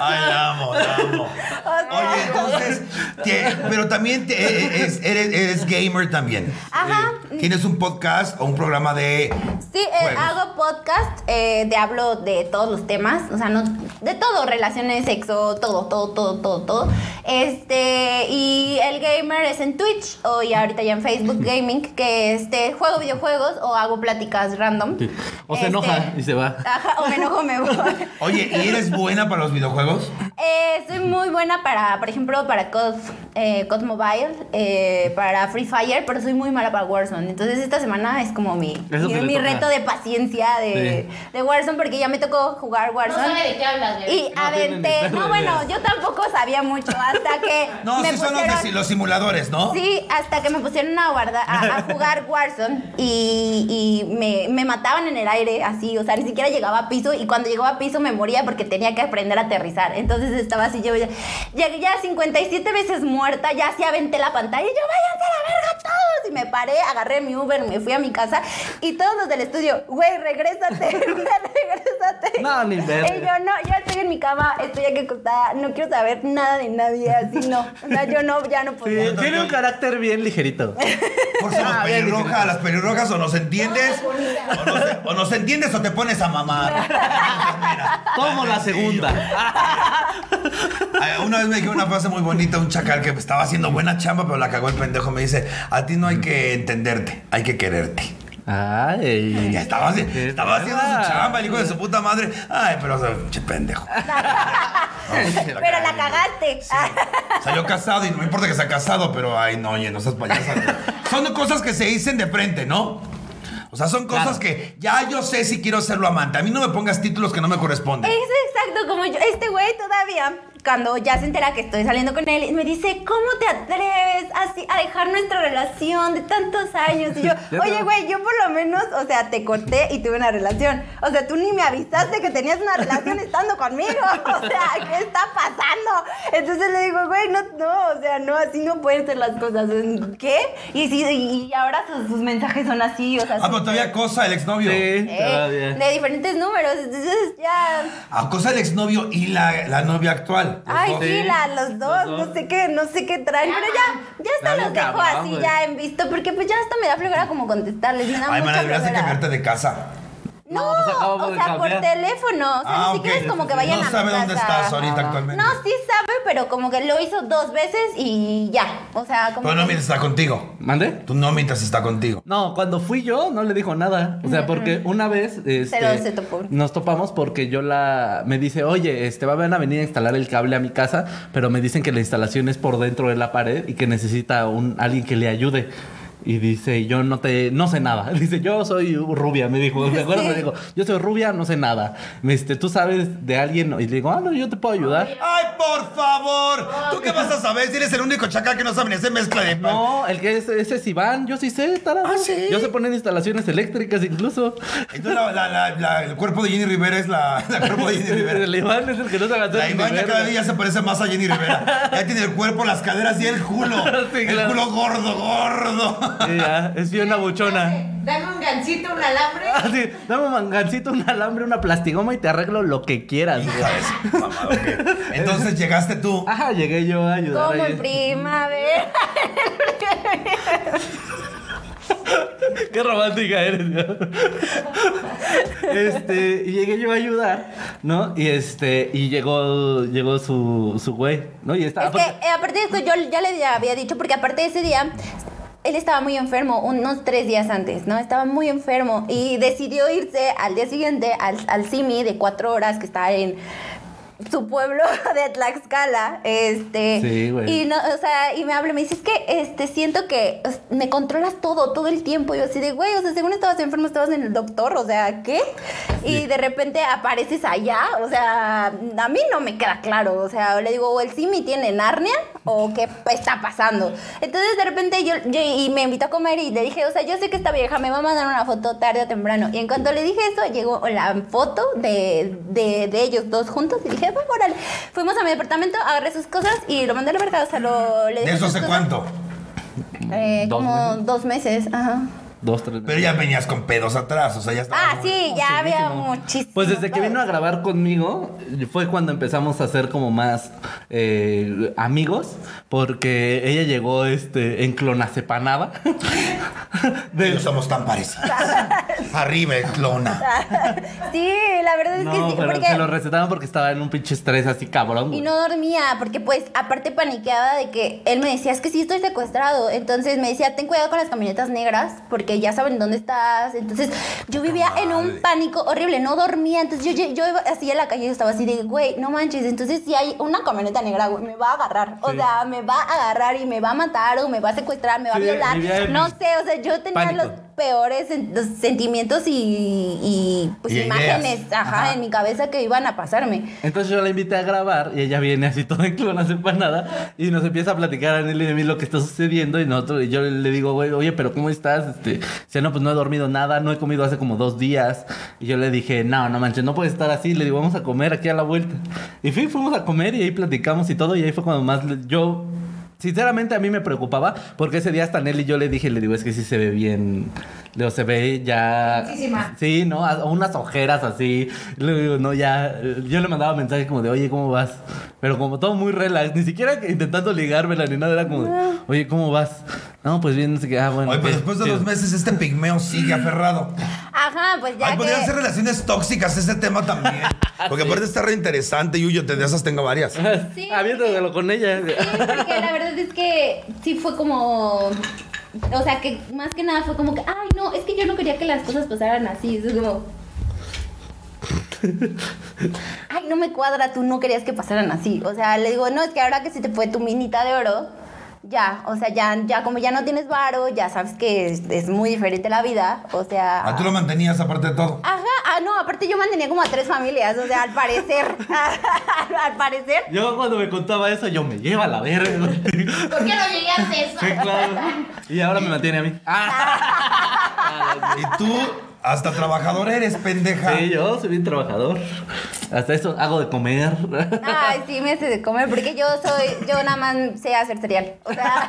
Ay, la amo, la amo.
O sea,
Oye, entonces, te- pero también te- e- e- es- eres, eres gamer también.
Ajá.
Tienes un podcast o un programa de...
Sí, eh,
Juegos.
hago podcast, eh, de hablo de todos los temas, o sea, no, de todo, relaciones, sexo, todo, todo, todo, todo, todo. Este, y el gamer es en Twitch o y ahorita ya
(laughs)
en Facebook Gaming, que este, juego videojuegos o hago pláticas random. Este,
Sí. O se enoja y se va.
Ajá, o me enojo, me voy.
(laughs)
Oye, ¿y eres buena para los videojuegos?
Eh, soy muy buena para, por ejemplo, para COD, eh, COD Mobile, eh, para Free Fire, pero soy muy mala para Warzone. Entonces esta semana es como mi,
Eso
mi,
que le
mi
toca.
reto de paciencia de, de Warzone, porque ya me tocó jugar
No
Warzone.
sabe de qué hablas, bebé.
y
No tiene
aventé,
ni
no
perra
bueno,
idea.
yo tampoco sabía mucho hasta que
(laughs) No,
me
sí son los, de-
pusieron-
los simuladores, ¿no?
Sí, hasta que me pusieron a, guarda- a, a jugar Warzone y, y me, me mataban en el aire, así, o sea, ni siquiera llegaba a piso y cuando llegaba a piso me moría porque tenía que aprender a aterrizar. Entonces estaba así, yo ya- llegué ya 57 veces muerta, ya así aventé la pantalla y yo, váyanse a la verga todos. Y me paré, agarré mi Uber, me fui a mi casa y todos los del estudio, güey, regrésate, (laughs) güey, regrésate.
No, ni verga.
Y yo, no, yo estoy en mi cama, estoy aquí acostada, no quiero saber nada de nadie, así no. O sea, yo no, ya no podía.
Sí, tiene un carácter bien ligerito.
Por si los
Ah, bien,
pelirrojas, las pelirrojas o nos entiendes,
Ah,
o nos, o nos entiendes o te pones a mamar.
Como la segunda.
Ay, Eh, Una vez me dijeron una frase muy bonita, un chacal que estaba haciendo buena chamba, pero la cagó el pendejo. Me dice, a ti no hay que entenderte, hay que quererte.
Ay.
Y estaba, haci-
Qué
estaba haciendo
hueva.
su chamba, el hijo de su puta madre. Ay, pero, o sea, che pendejo.
Pero la cagaste. Ah,
Salió casado y no me importa que sea casado, pero ay, no, oye, no seas payasa. son cosas que se dicen de frente, ¿no? O sea, son cosas
Claro.
que ya yo sé si quiero serlo amante. A mí no me pongas títulos que no me corresponden.
(laughs) Es exacto, tanto como yo. Este güey todavía, cuando ya se entera que estoy saliendo con él, me dice, ¿cómo te atreves así a dejar nuestra relación de tantos años? Y yo,
te
oye,
va.
güey, yo por lo menos, o sea, te corté y tuve una relación. O sea, tú ni me avisaste que tenías una relación estando conmigo. (laughs) O sea, ¿qué está pasando? Entonces le digo, güey, no, no, o sea, no, así no pueden ser las cosas. ¿Qué? Y, sí, y ahora sus, sus mensajes son así, o sea...
Ah,
sí.
pero todavía cosa el exnovio.
Sí,
Eh,
todavía.
de diferentes números, entonces ya...
A cosa el exnovio y la, la novia actual. Los
Ay,
dos.
sí.
sí, la- los dos,
Los dos.
no sé qué, no sé qué traen, pero ya, ya hasta
Está bien
los dejo
cabrón,
así
güey.
ya en visto, porque pues ya hasta me da flojera como contestarles, me da
Ay,
mucha
mana, deberías de
flojera.
cambiarte de casa.
No,
No, pues acabamos
o
de
sea, por
cambiar.
teléfono, o sea,
ah,
ni
ok.
siquiera es como que vayan
no
a mi
sabe dónde
casa.
estás ahorita
Ajá.
actualmente.
No, sí sabe, pero como que lo hizo dos veces y ya, o sea, como
Pero no
que-
mientras está contigo.
¿Mande?
Tú no mientras está contigo.
No, cuando fui yo no le dijo nada. O sea, porque una vez este,
Pero se topó.
nos topamos porque yo la me dice, oye, este van a venir a instalar el cable a mi casa, pero me dicen que la instalación es por dentro de la pared y que necesita un alguien que le ayude. Y dice, yo no te, no sé nada. (laughs) Dice, yo soy rubia, me dijo. ¿Te acuerdas?
Sí.
Me dijo, yo soy rubia, no sé nada. Me dice, ¿tú sabes de alguien? Y le digo, ah, no, yo te puedo ayudar.
Ay, por favor. ¿Tú qué vas a saber si eres el único chacal que no sabe ni hacer mezcla de pan?
No, el que es, ese es Iván, yo sí sé, tarado.
Ah, ¿sí?
Yo sé poner instalaciones eléctricas incluso.
Entonces la- la- la- la- el cuerpo de Jenny Rivera es la, la cuerpo de
(laughs)
Jenny Rivera.
El Iván es el que no sabe hacer
La
ni
Ivania
verga.
cada día se parece más a Jenny Rivera. Ya tiene el cuerpo, las caderas y el culo.
(laughs) Sí,
el
claro.
culo gordo, gordo.
Sí, ya, es bien una buchona.
Dame un gancito, un alambre.
Así, dame un mangancito, un alambre, una plastigoma y te arreglo lo que quieras. güey.
Hija de su mamá, ok. Entonces llegaste tú.
Ah,
Ajá, llegué yo a ayudar.
Como
ahí.
en primavera.
Qué romántica eres. güey. Este, y llegué yo a ayudar, ¿no? Y este, y llegó, llegó su, su güey, ¿no? Y estaba.
Es que eh, aparte de eso, yo ya le había dicho, porque aparte de ese día, él estaba muy enfermo, unos tres días antes, ¿no? Estaba muy enfermo y decidió irse al día siguiente al, al CIMI de cuatro horas que está en su pueblo (laughs) de Tlaxcala, este,
Sí, güey.
y no, o sea, y me habla, y me dice, es que, este, siento que o sea, me controlas todo, todo el tiempo, yo así de, güey, o sea, según estabas enfermo, estabas en el doctor, o sea, ¿qué? Y de repente apareces allá, o sea, a mí no me queda claro, o sea, le digo, o el Simi tiene Narnia, o qué p- está pasando. Entonces, de repente, yo, yo- y me invitó a comer, y le dije, o sea, yo sé que esta vieja me va a mandar una foto tarde o temprano, y en cuanto le dije eso, llegó la foto de, de, de ellos dos juntos, y dije, pues, órale, fuimos a mi departamento, agarré sus cosas, y lo mandé al mercado, o sea, lo, le
¿De
dejé
eso
sus
hace
cosas.
cuánto?
Eh,
Dos
como
meses.
dos meses, ajá.
Dos, tres.
Pero ya venías con pedos atrás, o sea, ya estabas
Ah,
(laughs)
muy-
sí, ya había
Buenísimo.
muchísimo.
Pues desde que vino a grabar conmigo fue cuando empezamos a ser como más eh, amigos, porque ella llegó este en (laughs) clonacepanada.
Ellos
Del-
somos tan
(laughs)
parecidos. Arriba,
Ah,
clona.
(laughs) Sí, la verdad es que
No,
sí.
pero
porque...
se lo recetaron porque estaba en un pinche estrés así cabrón. güey.
Y no dormía, porque pues aparte paniqueaba de que él me decía, es que sí estoy secuestrado. Entonces me decía, ten cuidado con las camionetas negras, porque ya saben dónde estás. Entonces yo vivía en
madre.
un pánico horrible, no dormía. Entonces yo, yo, yo iba así en la calle, yo estaba así de, güey, no manches. Entonces si hay una camioneta negra, güey, me va a agarrar. O
Sí.
sea, me va a agarrar y me va a matar o me va a secuestrar, me va
Sí,
a
vivía
violar.
en
No sé, o sea, yo tenía
pánico.
los peores sen- los sentimientos y, y, pues
Y ideas.
imágenes ajá,
Ajá.
en mi cabeza que iban a pasarme.
Entonces yo la invité a grabar y ella viene así toda (laughs) en clonas empanada y nos empieza a platicar a Nelly de mí lo que está sucediendo y nosotros y yo le digo, güey, oye, pero ¿cómo estás? Este, dice, no, pues no he dormido nada, no he comido hace como dos días. Y yo le dije, no, no manches, no puedes estar así. Le digo, vamos a comer aquí a la vuelta. Y fui, fuimos a comer y ahí platicamos y todo y ahí fue cuando más le- yo... Sinceramente a mí me preocupaba porque ese día hasta Nelly yo le dije, le digo, es que sí se ve bien, le digo, se ve ya...
Muchísima.
Sí, ¿no? A- Unas ojeras así. Luego digo, no, ya. eh, Yo le mandaba mensajes como de, oye, ¿cómo vas? Pero como todo muy relax, ni siquiera que- intentando ligármela ni nada, era como
Ah.
de, oye, ¿cómo vas? No, pues bien, no sé qué. Ah, bueno.
Oye,
ok,
pero después de
chido".
dos meses este pigmeo sigue aferrado.
Ajá, pues ya
Ay, podrían
que...
ser relaciones tóxicas ese tema
(laughs)
también. Porque aparte está re interesante, Yuyo, te de esas tengo varias.
(laughs)
Sí.
Ah, viéndolo con ella.
Sí, porque la verdad es que sí fue como... O sea, que más que nada fue como que, ay, no, es que yo no quería que las cosas pasaran así. Eso es como... Ay, no me cuadra, tú no querías que pasaran así. O sea, le digo, no, es que ahora que se te fue tu minita de oro, ya, o sea, ya, ya como ya no tienes varo, ya sabes que es, es muy diferente la vida, o sea...
Ah, tú lo mantenías aparte de todo.
Ajá, ah, no, aparte yo mantenía como a tres familias, o sea, al parecer, (laughs) al parecer,
(laughs) Yo cuando me contaba eso, yo me lleva a la verga. güey. (laughs) Sí,
¿Por qué no llegué antes?
claro. Y ahora me mantiene a mí.
Ah.
Y tú hasta trabajador eres, pendeja.
Sí, yo soy bien trabajador. Hasta eso hago de comer. (laughs)
Ay, sí, me hace de comer, porque yo soy, yo nada más sé hacer cereal. O sea,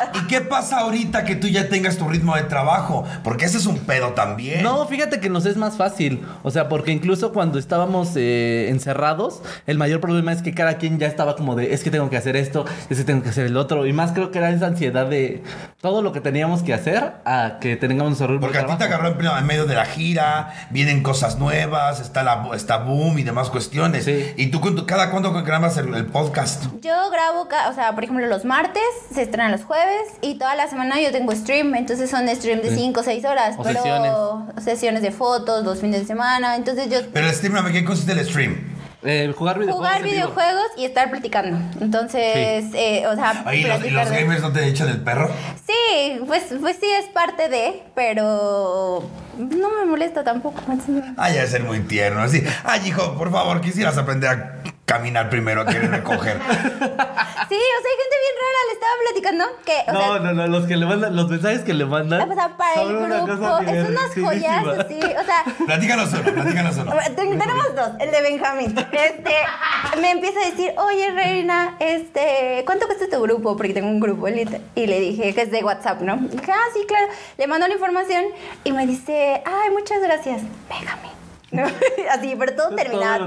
(laughs)
¿Y qué pasa ahorita que tú ya tengas tu ritmo de trabajo? Porque ese es un pedo también.
No, fíjate que nos es más fácil. O sea, porque incluso cuando estábamos eh, encerrados, el mayor problema es que cada quien ya estaba como de, es que tengo que hacer esto, es que tengo que hacer el otro. Y más creo que era esa ansiedad de todo lo que teníamos que hacer a que tengamos nuestro ritmo de
Porque a ti te
trabajo.
agarró en, pleno- en medio de la gira, vienen cosas nuevas, está la está boom y demás cuestiones.
Sí.
Y tú con tu- cada cuándo grabas el, el podcast.
yo grabo, ca- o sea, por ejemplo, los martes, se estrenan los jueves, y toda la semana yo tengo stream, entonces son stream de
Sí.
5 o 6 horas.
O
pero
sesiones.
sesiones de fotos, dos fines de semana, entonces yo...
Pero el stream, ¿en qué consiste el stream?
Eh, jugar videojuegos.
Jugar
en vivo.
videojuegos y estar platicando. Entonces, eh, o sea,
Ahí los, y los
platicar de-
gamers no te echan el perro.
Sí, pues, pues sí es parte de, pero no me molesta tampoco. (laughs)
Ay, es ser muy tierno. Así, ay, hijo, por favor, quisieras aprender a caminar primero, a querer recoger.
Sí, o sea, hay gente bien rara, le estaba platicando que, o
No,
sea,
no, no, los que le mandan, los mensajes que le mandan.
o sea, para el
son una
grupo,
cosa
es unas joyas
divertidísima.
así, o sea,
platícanos uno, platícanos uno.
Ten- Tenemos dos, el de Benjamín. Este, me empieza a decir, oye Reina, este, ¿cuánto cuesta tu grupo? Porque tengo un grupo, y le- y le dije que es de WhatsApp, ¿no? Y dije, ah, sí, claro. Le mando la información y me dice, ay, muchas gracias, Benjamín. ¿No? (laughs) Así, pero todo terminaba,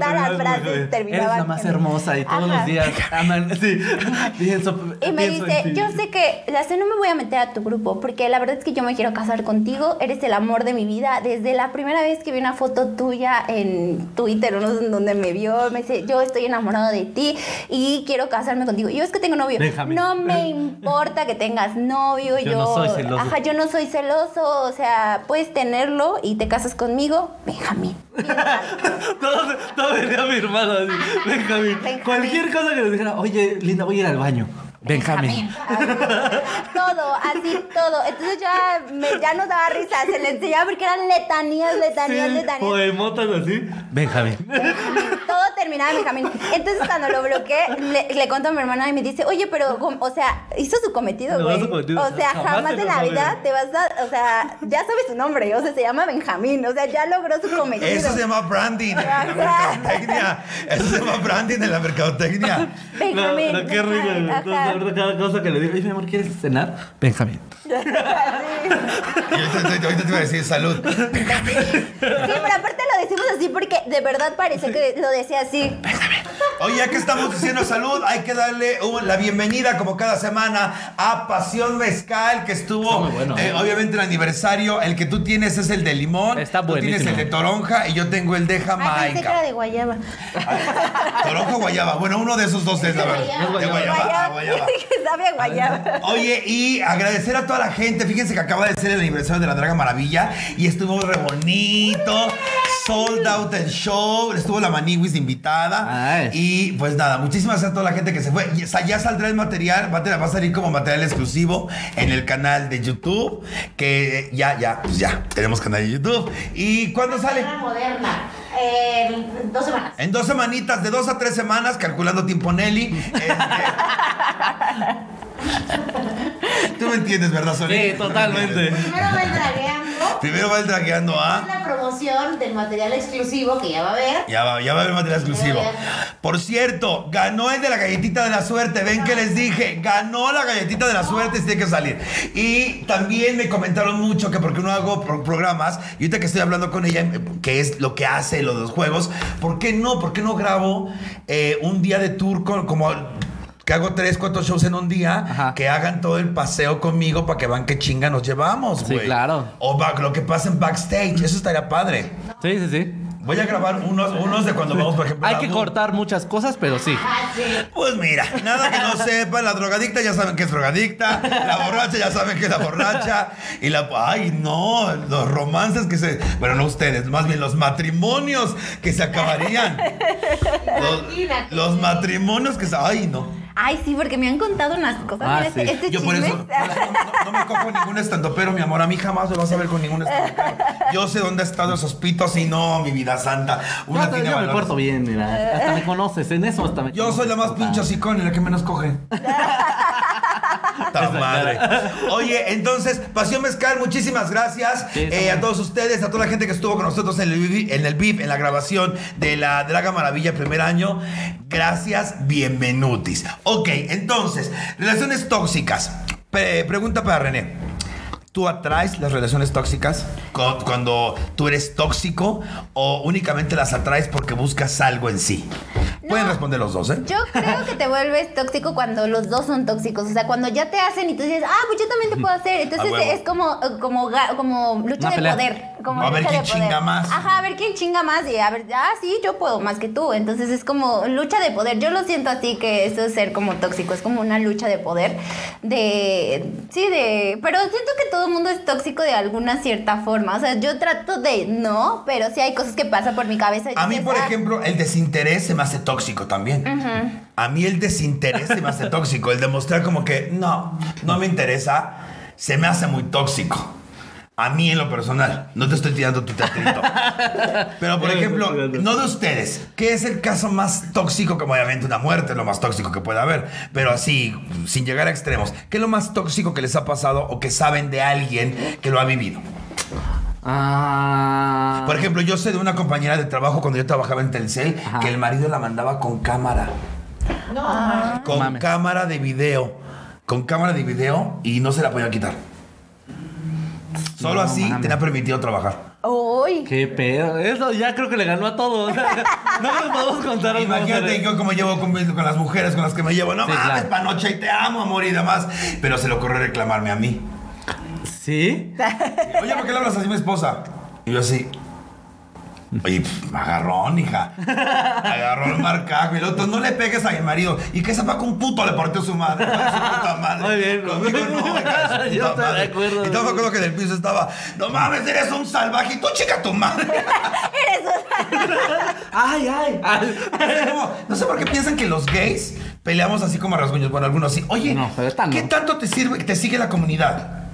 Todo lo
todas
terminaba
las
como
frases
que,
terminaban.
Eres la más
en-
hermosa y todos
Ajá.
los días aman. Sí, (laughs) pienso.
Y me
pienso en
dice,
ti.
yo sé que, la sé, no me voy a meter a tu grupo, porque la verdad es que yo me quiero casar contigo, eres el amor de mi vida. Desde la primera vez que vi una foto tuya en Twitter, o no sé en dónde me vio, me dice, yo estoy enamorado de ti y quiero casarme contigo. Y Yo es que tengo novio.
Benjamín.
No me importa que tengas novio, yo...
Yo no soy celoso.
Ajá, yo no soy celoso, o sea, puedes tenerlo y te casas conmigo, Benjamín.
Todo, todo venía firmado así. Benjamín.
Benjamín.
Cualquier cosa que nos dijera, oye, Linda, voy a ir al baño. Benjamín.
todo, así todo. Entonces ya, me, ya nos daba risa, se le enseñaba porque eran letanías, letanías,
Sí,
letanías.
poemotas así. (laughs) Benjamín.
(laughs) Todo terminaba en Benjamín. Entonces cuando lo bloqueé, le, le conto a mi hermana y me dice, oye, pero, com- o sea, hizo su cometido,
No,
güey.
su cometido,
O sea, jamás,
jamás se nos
en la
va a
vida
olvidar.
te vas a, o sea, ya sabes su nombre, o sea, se llama Benjamín, o sea, ya logró su cometido.
Eso se llama branding en la mercadotecnia. Eso se llama branding en la mercadotecnia.
Benjamín.
No, no, qué rico.
Benjamín,
Entonces,
ajá.
ahorita cada cosa que le digo, oye, mi amor, ¿quieres cenar? Benjamín.
Y ahorita, ahorita- ahorita te iba a decir salud.
Sí, pero aparte lo decimos así porque de verdad parece que lo
(laughs)
decía así.
Oye, ya que estamos diciendo salud, hay que darle un- la bienvenida, como cada semana, a Pasión Mezcal, que estuvo,
Está muy bueno.
eh, obviamente, el aniversario. El que tú tienes es el de limón.
Está
Tú tienes
buenísimo.
el de toronja y yo tengo el de
Ay, pensé que era
jamaica.
de guayaba.
Toronja o guayaba. Bueno, uno de esos dos es, la verdad.
Es
De guayaba. ah, guayaba.
(laughs) que sabe a guayaba.
Oye, y agradecer a toda la gente. Fíjense que acaba de ser el aniversario de la Draga Maravilla y estuvo re bonito. Sold out el show. Estuvo la Maniwis invitada.
Ay.
Y pues nada, muchísimas gracias a toda la gente que se fue. Ya, ya saldrá el material, va a, tener- va a salir como material exclusivo en el canal de YouTube. Que eh, ya, ya, pues ya, tenemos canal de YouTube. ¿Y cuándo sale?
Moderna, Moderna. Eh, dos semanas.
En dos semanitas, de dos a tres semanas, calculando tiempo Nelly.
(laughs)
Este- Tú me entiendes, ¿verdad, Sony?
Sí, totalmente.
Primero va el dragueando.
Primero va el dragueando
Es
a.
la promoción del material exclusivo que ya va a haber.
Ya va, ya va a haber material exclusivo. Por cierto, ganó el de la galletita de la suerte. Ven que les dije, ganó la galletita de la suerte y tiene que salir. Y también me comentaron mucho que porque no hago pro- programas, y ahorita que estoy hablando con ella, que es lo que hace lo de los juegos, ¿por qué no? ¿Por qué no grabo eh, un día de tour con- como que hago tres, cuatro shows en un día,
Ajá.
que hagan todo el paseo conmigo para que vean qué chinga nos llevamos,
Sí,
güey.
claro.
O back- lo que pasa en backstage, eso estaría padre.
Sí, sí, sí.
Voy a grabar unos, unos de cuando vamos, por ejemplo. a
Hay
la
que
mu-
cortar muchas cosas, pero sí.
Ah, sí.
Pues mira, nada que no sepa, la drogadicta ya saben que es drogadicta, la borracha ya saben que es la borracha, y la... ¡Ay, no! Los romances que se... Bueno, no ustedes, más bien los matrimonios que se acabarían. Los,
Imagínate.
los matrimonios que se... ¡Ay, no!
Ay, sí, porque me han contado unas cosas.
Ah,
Mira, este,
sí.
este
Yo por
chisme
eso, por
(laughs)
eso no, no me cojo ningún estandopero, mi amor. A mí jamás me vas a ver con ningún estandopero. Yo sé dónde ha estado esos pitos y no, mi vida santa.
yo,
Una tiene
yo me
valores.
porto bien, mira. Hasta me conoces, en eso hasta me
Yo soy la más pinche
pincha
hocicón y la que menos coge. Ta madre. Oye, entonces, Pasión Mezcal, muchísimas gracias
Sí, está
eh, a
bien.
todos ustedes, a toda la gente que estuvo con nosotros en el, vi- en el VIP, en la grabación de la Draga Maravilla primer año. Gracias, bienvenutis. Ok, entonces, relaciones tóxicas. Pre- pregunta para René. ¿Tú atraes las relaciones tóxicas cu- cuando tú eres tóxico o únicamente las atraes porque buscas algo en sí? Pueden
No.
responder los dos, ¿eh?
Yo creo que te vuelves tóxico cuando los dos son tóxicos. O sea, cuando ya te hacen y tú dices, ah, pues yo también te puedo hacer. Entonces
A huevo.
es como, como, ga- como lucha
Una
de
pelea.
poder. Como
A ver
lucha
quién
de poder.
chinga más.
Ajá, a ver quién chinga más. Y a ver, ah, sí, yo puedo más que tú. Entonces es como lucha de poder. Yo lo siento así que eso es ser como tóxico. Es como una lucha de poder. De. Sí, de. Pero siento que todo el mundo es tóxico de alguna cierta forma. O sea, yo trato de no, pero sí hay cosas que pasan por mi cabeza. y
A mí,
dices,
por
"Ah,
ejemplo, el desinterés se me hace tóxico también. A mí el desinterés se me hace tóxico. El demostrar como que no, no me interesa, se me hace muy tóxico. A mí en lo personal, no te estoy tirando tu teatrito. Pero por
Ya me estoy
ejemplo,
tirando.
no de ustedes, ¿qué es el caso más tóxico? Como obviamente una muerte es lo más tóxico que puede haber, pero así, sin llegar a extremos, ¿qué es lo más tóxico que les ha pasado o que saben de alguien que lo ha vivido?
Ah.
Por ejemplo, yo sé de una compañera de trabajo cuando yo trabajaba en Telcel
Ajá.
que el marido la mandaba con cámara.
No,
Con
Ah. Mames.
cámara de video. Con cámara de video y no se la podía quitar. Solo
No,
así
mames.
tenía permitido trabajar.
¡Uy!
Qué pedo. Eso ya creo que le ganó a todos. (laughs) no nos podemos contar algo. ¿eh?
Imagínate yo cómo llevo con, con las mujeres con las que me llevo. No
Sí,
mames,
claro.
panocha y te amo, amor y demás. Pero se le ocurrió reclamarme a mí.
¿Sí?
Oye, ¿por qué le hablas así a mi esposa? Y yo así. Oye, pues, pf, agarrón, hija. Agarró el marcajo. Y el otro, no le pegues a mi marido. Y que sepa que un puto le partió su madre. Con su puta madre.
Muy bien.
Conmigo no, hija de su
(laughs) Yo
puta
estoy de
madre.
acuerdo.
Y todo me acuerdo que en el piso estaba, no mames, eres un salvaje. Y tú, chica, tu madre. (laughs)
Ay, ay. ay.
Es como, no sé por qué piensan que los gays peleamos así como a rasguños. Bueno, algunos sí. Oye,
No, pero esta no.
¿qué tanto te sirve, te sigue la comunidad?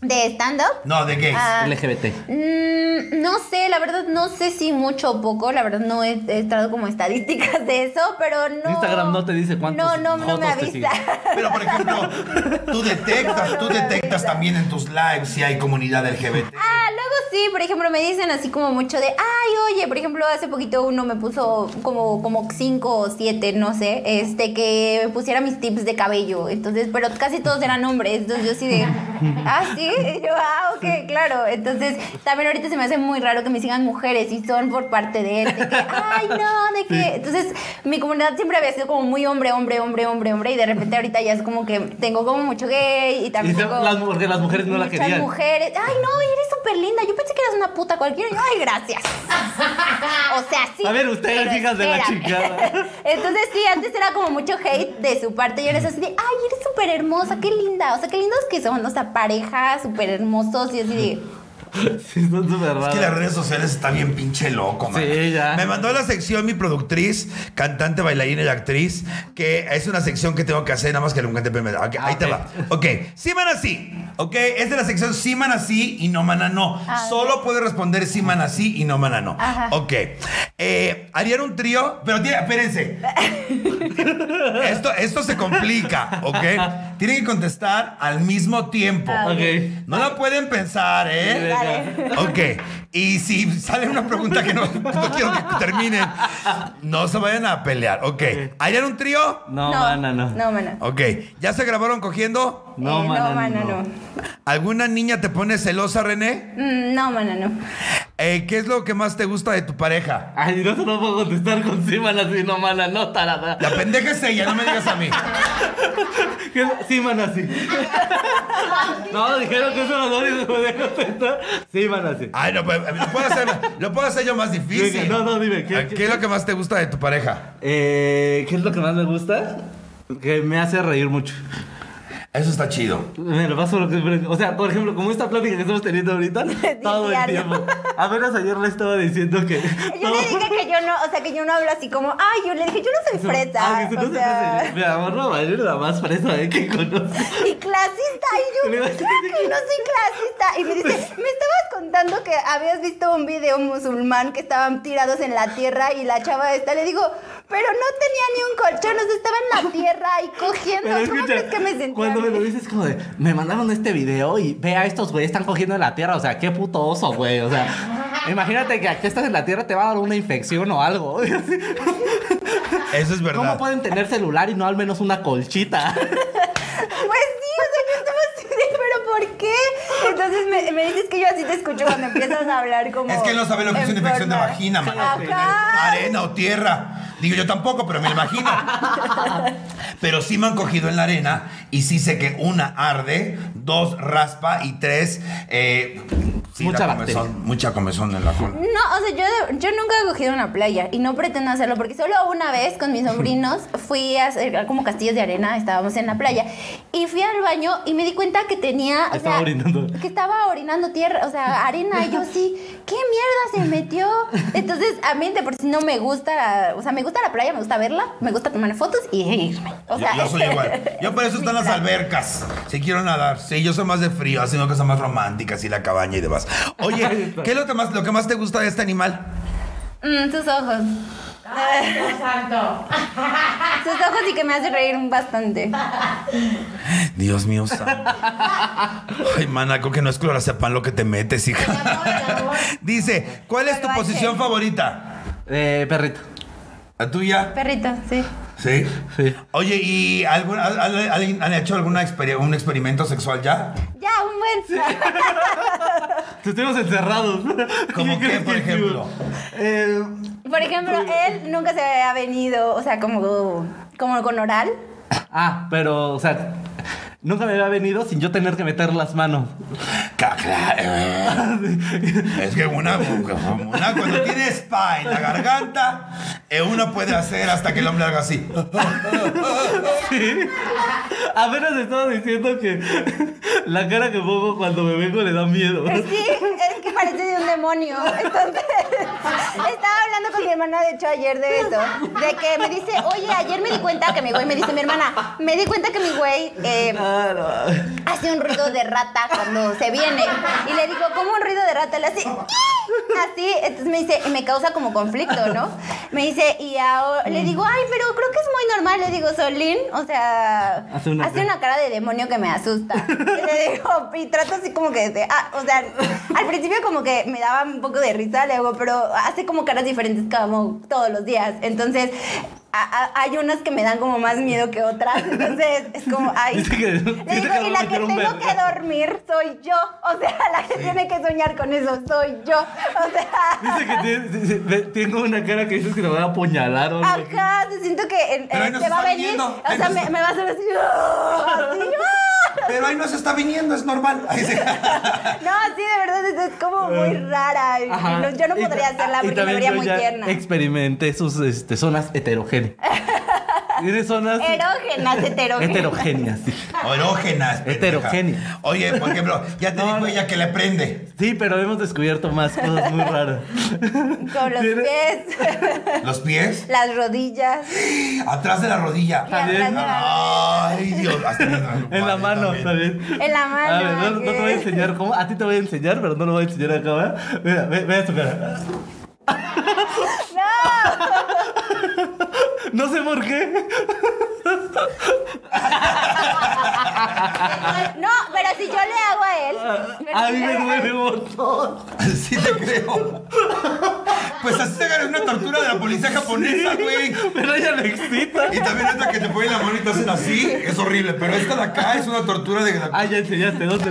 ¿De stand-up?
No, de gays.
Ah.
LGBT.
Mm, no sé, la verdad no sé si mucho o poco, la verdad no he, he estado como estadísticas de eso, pero no.
Instagram no te dice cuántos
No, no, no me
jotos te siguen.
avisa.
Pero por ejemplo, tú detectas, tú detectas también en tus lives si hay comunidad LGBT.
Ah, luego sí, por ejemplo, me dicen así como mucho de, ay, oye, por ejemplo, hace poquito uno me puso como, como cinco o siete, no sé, este, que me pusiera mis tips de cabello, entonces, pero casi todos eran hombres, entonces yo
(laughs)
sí de, ah, sí, y yo, ah, ok, claro, entonces, también ahorita se me hace muy raro que me sigan mujeres y son por parte de él, de que, ay, no, de que, entonces, mi comunidad siempre había sido como muy hombre, hombre, hombre, hombre, hombre, y de repente ahorita ya es como que tengo como mucho gay y
Y
también...
se-
tengo
las- porque las mujeres no la
muchas
querían.
mujeres. Ay, no, eres súper linda. Yo pensé que eras una puta cualquiera. Y yo, Ay, gracias. O sea, sí.
A ver, ustedes,
pero
hijas de la
espérame.
chingada.
(laughs) Entonces, sí, antes era como mucho hate de su parte. Y ahora es así de, ay, eres súper hermosa, qué linda. O sea, qué lindos que son. O sea, pareja, súper hermosos. Y así de,
(laughs) Sí, son súper
Es que las
raros.
redes sociales están bien pinche loco, man.
Sí, ya.
Me mandó a la sección mi productriz, cantante, bailarina y actriz, que es una sección que tengo que hacer, nada más que nunca te primero. Ok, ahí te
Ah, Ok.
va. Ok, sí, man, así. Ok, es de la sección sí, man, así y no, man, no.
Ah, ok.
Solo puede responder sí, man, así y no, man, ah, no.
Ajá.
Ok. Eh, Harían un trío, pero tiene,
(laughs)
espérense. esto, esto se complica, ¿ok?
(laughs)
Tienen que contestar al mismo tiempo.
Ah,
Ok.
No la pueden pensar, ¿eh?
dale.
Ok, y si sale una pregunta que no, no quiero que terminen, no se vayan a pelear. Ok, ¿harían un trío?
No, mana, no.
No, mana.
Ok, ¿ya se grabaron cogiendo?
No,
Eh,
mana,
no, mana,
no.
no.
¿Alguna niña te pone celosa, René?
Mm, No, mana, no.
Eh, ¿Qué es lo que más te gusta de tu pareja?
Ay, no se lo puedo contestar con sí, mana, sí, no, mana, no, tarada.
La pendeja es ella, no me digas a mí.
¿Qué- Sí, mana,
(laughs)
sí. No, dijeron que eso no lo único que podía contestar. Sí, mana, sí.
Ay, no, pues, lo puedo hacer, lo puedo hacer yo más difícil.
No, no, dime,
¿Qué,
¿qué-
es lo que más te gusta de tu pareja?
Eh, ¿Qué es lo que más me gusta? Que me hace reír mucho.
Eso está chido.
Me lo paso lo que- O sea, por ejemplo, como esta plática que estamos teniendo
(laughs)
ahorita, todo el
diario.
tiempo. Apenas ayer le estaba diciendo que.
(laughs) Yo le
(laughs)
dije que yo no, o sea, que yo no hablo así como, ay, yo le dije, yo no soy fresa.
Ah, que se
o
no se
sea,
parece. Mi amor, no, Mario era la más fresa de que conozco.
(laughs) y clasista, y
Le
yo,
iba a
claro
decir
que
que-
no soy clasista. Y me dice, me estabas contando que habías visto un video musulmán que estaban tirados en la tierra y la chava esta le digo, pero no tenía ni un colchón, o sea, estaba en la tierra y cogiendo.
Pero
¿Cómo
escucha,
crees que me sentí?
cuando me
a
lo
mí?
dices como de, me mandaron este video y vea estos güeyes están cogiendo en la tierra, o sea, qué puto oso, güey, o sea,
(laughs)
imagínate que aquí estás en la tierra te va a dar una infección o algo. (laughs)
Eso es verdad.
¿Cómo pueden tener celular y no al menos una
(laughs)
colchita? (laughs)
Pues sí, o sea, yo estaba así de, pero ¿por qué? Entonces me, me dices que yo así te escucho cuando empiezas a hablar como...
Es que él no sabe lo que es una
en
infección de
forma-
vagina, mano.
Ajá.
Arena o tierra. Digo yo tampoco, pero me
(laughs)
imagino. Pero sí me han cogido en la arena y sí sé que una arde, dos raspa y tres. eh, sí,
Mucha
la comezón,
bacteria.
Mucha comezón en la cola.
No, o sea, yo, yo nunca he cogido una playa y no pretendo hacerlo porque solo una vez con mis
(laughs)
sobrinos fui a hacer como castillos de arena, estábamos en la playa y fui al baño y me di cuenta que tenía... o
Estaba
sea,
orinando.
Que estaba orinando tierra, o sea, arena.
(laughs)
Y yo sí, ¿qué mierda se metió? Entonces, a mí de por sí no me gusta, o sea, me gusta la playa, me gusta verla, me gusta tomar fotos y e irme. O
Yo,
sea,
yo soy igual. Yo por eso
(laughs)
están las albercas. Si quiero nadar. Sí, yo soy más de frío, haciendo cosas más románticas y la cabaña y demás.
(laughs)
Oye, ¿qué es lo que más, lo que más te gusta de este animal?
Mm, sus ojos.
Ay, Dios santo.
Sus ojos y que me hace reír
(laughs)
bastante.
Dios mío, santo. Ay, manaco, que no es clorazepam lo que te metes,
El
hija.
amor, el amor.
Dice, ¿cuál es tu
Salvaje.
posición favorita?
Eh, perrito.
¿La tuya?
Perrito, sí.
Sí.
Sí.
Oye, ¿y algún- al- al- alguien- han hecho algún un experimento sexual ya?
Ya, un buen.
Estuvimos encerrados.
¿Cómo
¿Cómo
qué, por ejemplo?
Eh,
Por ejemplo, él nunca se ha venido, o sea, como, como con oral.
ah, pero, o sea, nunca me había venido sin yo tener que meter las (laughs) manos.
Ca- claro. Es que una, una cuando tiene spa en la garganta, eh, una puede hacer hasta que el hombre haga así.
Apenas estaba diciendo que la cara que pongo cuando me vengo le da miedo.
Sí, es que parece de un demonio. Entonces, (laughs) estaba hablando con mi hermana, de hecho, ayer de eso. De que me dice, oye, ayer me di cuenta que mi güey, me dice mi hermana, me di cuenta que mi güey eh,
Ah, no.
hace un ruido de rata cuando se viene. Y le digo, ¿cómo un ruido de rata? Le hace, "¡Ah!", así. Entonces me dice, y me causa como conflicto, ¿no? Me dice, y ahora, le digo, ay, pero creo que es muy normal. Le digo, Solín, o sea, hace
Hace
una,
una cara.
cara de demonio que me asusta. Y le digo, y trato así como que, de- ah, o sea, al principio como que me daba un poco de risa, le digo, pero hace como caras diferentes como todos los días. Entonces... a- a- hay unas que me dan como más miedo que otras, entonces es como, ay.
Dice que-
Le
dice
digo,
que no
y la
me
que
dieron
tengo que
verga".
dormir soy yo. O sea, la que tiene que soñar con eso soy yo. O sea,
Dice que tiene- dice- ve- tengo una cara que dices que me va a apuñalar o algo.
acá se siento que eh,
Pero ahí
eh,
nos
te va a
están
venir.
viendo,
O
ahí
sea,
nos
me,
están-
me va a hacer así. (laughs) ¡ah! así, ¡ah!
Pero ahí no se está viniendo, es normal. Ahí se- (laughs)
No, sí, de verdad, es, es como muy rara. y
Ah. Ajá.
no- yo no
Y ta-
podría hacerla
y
porque me
también
vería
yo
muy
ya
tierna.
Experimenté sus este, zonas
(laughs)
heterogéneas. Tiene zonas (laughs)
Erógenas, heterógenas. (laughs)
heterogéneas. sí.
Orógenas. pendeja.
Heterogénea.
Oye, por ejemplo, ya te
No,
dijo
no.
ella que le prende
Sí, pero hemos descubierto más cosas muy
(laughs)
raras.
Con los
Tiene-
pies, (laughs)
los pies
las rodillas.
(laughs)
atrás de la rodilla.
También.
atrás de la-
Ay, Dios. hasta en la,
En la mano
también.
también.
En la mano,
A ver, no, no te voy a
¿qué?
enseñar cómo. A ti te voy a enseñar, pero no lo voy a enseñar acá, ¿verdad? Mira, ve, ve a su cara. ¡No! No sé por qué.
No, pero si yo le hago a él.
Ah, A mí me duele un montón.
Sí te creo. Pues así se agarra una tortura de la policía japonesa, güey.
Pero a ella le excita.
Y también esta que te ponen la mano y te hacen así, es horrible. Pero esta de acá es una tortura de...
Ah, ya enseñaste dónde.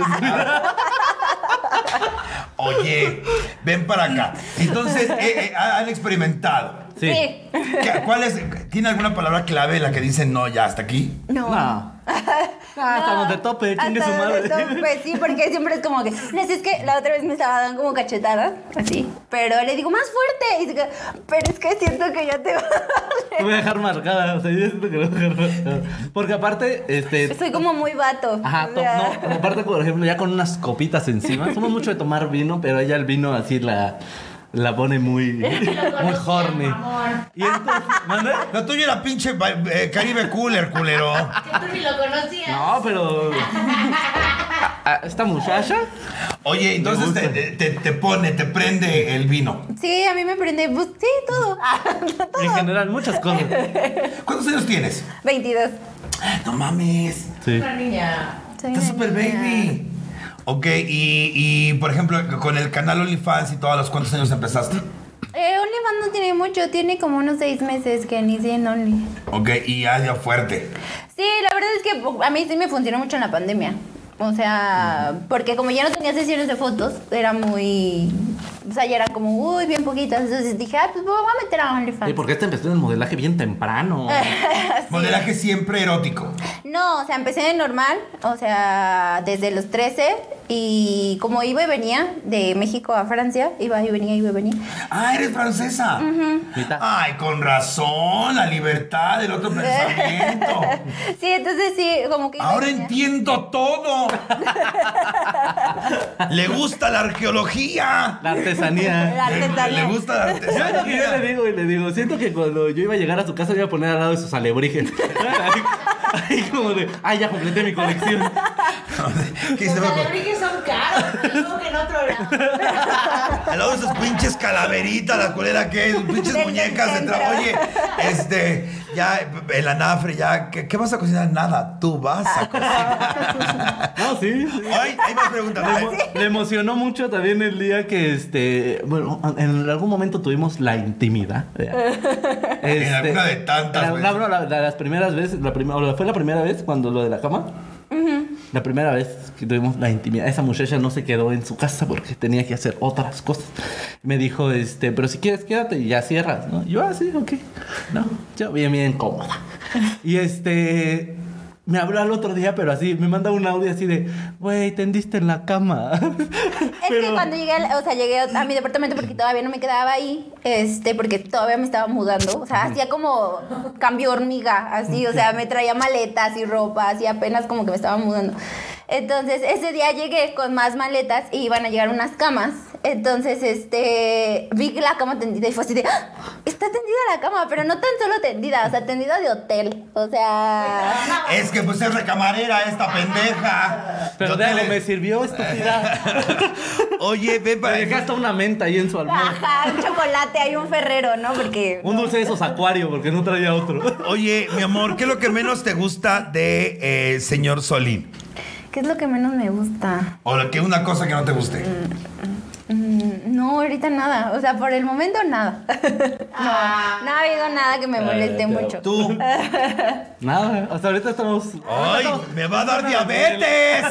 Oye, ven para acá. Entonces, eh, eh, han experimentado.
Sí.
¿Qué- ¿Cuál es? ¿Tiene alguna palabra clave la que dice no ya hasta aquí?
No.
No. Ah, estamos de tope, chingue su
estamos
madre.
de tope, pues sí, porque siempre es como que. No, si es que la otra vez me estaba dando como cachetada, así. Pero le digo, más fuerte. Y se queda, pero es que siento que ya te va (laughs)
Lo voy a dejar marcada. O sea, yo siento que lo voy a dejar marcada. Porque aparte, este.
Soy como muy vato.
Ajá,
o
to-
sea.
no, como aparte, por ejemplo, ya con unas copitas encima. Somos mucho de tomar vino, pero ella el vino así la, la pone muy, muy
conocí,
horny.
amor.
Y entonces, ¿mande?
La tuya era pinche eh, Caribe Cooler, culero.
Que tú ni lo conocías.
No, pero. a- a- Esta muchacha.
Oye, entonces
gusta.
te, te- te pone, te prende el vino.
Sí, a mí me prende. pues, sí, (laughs) todo. Ah, todo.
En general, muchas cosas.
¿Cuántos años tienes?
22.
No mames.
Sí.
Una niña.
Soy
Estás
una
super
niña.
baby. Ok, y, y, por ejemplo, con el canal OnlyFans y todos los cuántos años empezaste.
Eh, OnlyFans no tiene mucho, tiene como unos seis meses que inicié en Only.
Ok, y ya dio fuerte.
Sí, la verdad es que po- a mí sí me funcionó mucho en la pandemia. O sea, porque como ya no tenía sesiones de fotos, era muy... O sea, ya era como, uy, bien poquitas. Entonces dije, ah, pues me voy a meter a OnlyFans.
Y
(laughs)
porque esta empezó en el modelaje bien temprano.
Modelaje siempre erótico.
No, o sea, empecé de normal, o sea, desde los 13 y como iba y venía de México a Francia, iba y venía, iba y venía.
Ah, eres francesa.
Mitad.
Ay, con razón, la libertad, el otro pensamiento.
Sí, entonces (laughs) sí, como que... iba y
Ahora
venía.
entiendo todo. Le gusta la arqueología.
La artesanía.
La
Le
artesanía.
gusta la
¿Sabes lo que yo le
(laughs) artesanía.
digo? Y le digo, siento que cuando yo iba a llegar a su casa, iba a poner al lado de sus alebrijes. (laughs) Ahí, ahí como de, ay, ya completé mi colección.
Que
Los
se va con-
alebrijes son caros. te digo que en otro
(laughs)
lado.
Al lado de sus pinches calaveritas, la culera que es, sus pinches
Del
muñecas de tra- Oye,
centro.
este, ya, el anafre, ya, ¿qué, qué vas a cocinar? Nada, tú vas a
(laughs)
cocinar.
No, sí. sí.
Ay, ahí me preguntan.
Le, emo- le emocionó mucho también el día que, este, bueno, en algún momento tuvimos la intimidad. ¿eh? Este,
alguna de tantas
la-
veces.
No, no, la- la- las primeras veces, la primera, o la- fue la primera vez cuando lo de la cama. La primera vez que tuvimos la intimidad, esa muchacha no se quedó en su casa porque tenía que hacer otras cosas. Me dijo, este, pero si quieres quédate y ya cierras, ¿no? Yo, ah, sí, ok. No, yo bien, bien cómoda. Y este, me habló al otro día, pero así, me manda un audio así de, güey, tendiste en la cama. (laughs)
Es que cuando llegué, al- o sea, llegué a mi departamento porque todavía no me quedaba ahí, este, porque todavía me estaba mudando, o sea, hacía como cambio hormiga, así, o sea, me traía maletas y ropa, así apenas como que me estaba mudando. Entonces, ese día llegué con más maletas y iban a llegar unas camas. Entonces, este, vi la cama tendida y fue así de, ¡Ah! está tendida la cama, pero no tan solo tendida, o sea, tendida de hotel, o sea...
Es que pues es recamarera esta pendeja.
Pero
Yo
de
te-
algo me sirvió estúpida.
Oye,
Me
ven para acá.
dejaste una menta ahí en su almohada.
Ajá, un chocolate, hay un ferrero, ¿no? Porque...
Un dulce de esos acuario, porque no traía otro.
Oye, mi amor, ¿qué es lo que menos te gusta de eh, señor Solín?
¿Qué es lo que menos me gusta?
O lo que una cosa que no te guste.
Mm, No, ahorita nada. O sea, por el momento nada. (laughs)
Ah.
no, no ha habido nada que me
Ah,
moleste
te amo.
mucho. (laughs)
Tú.
Nada, hasta ahorita estamos.
Ay, me va a dar diabetes.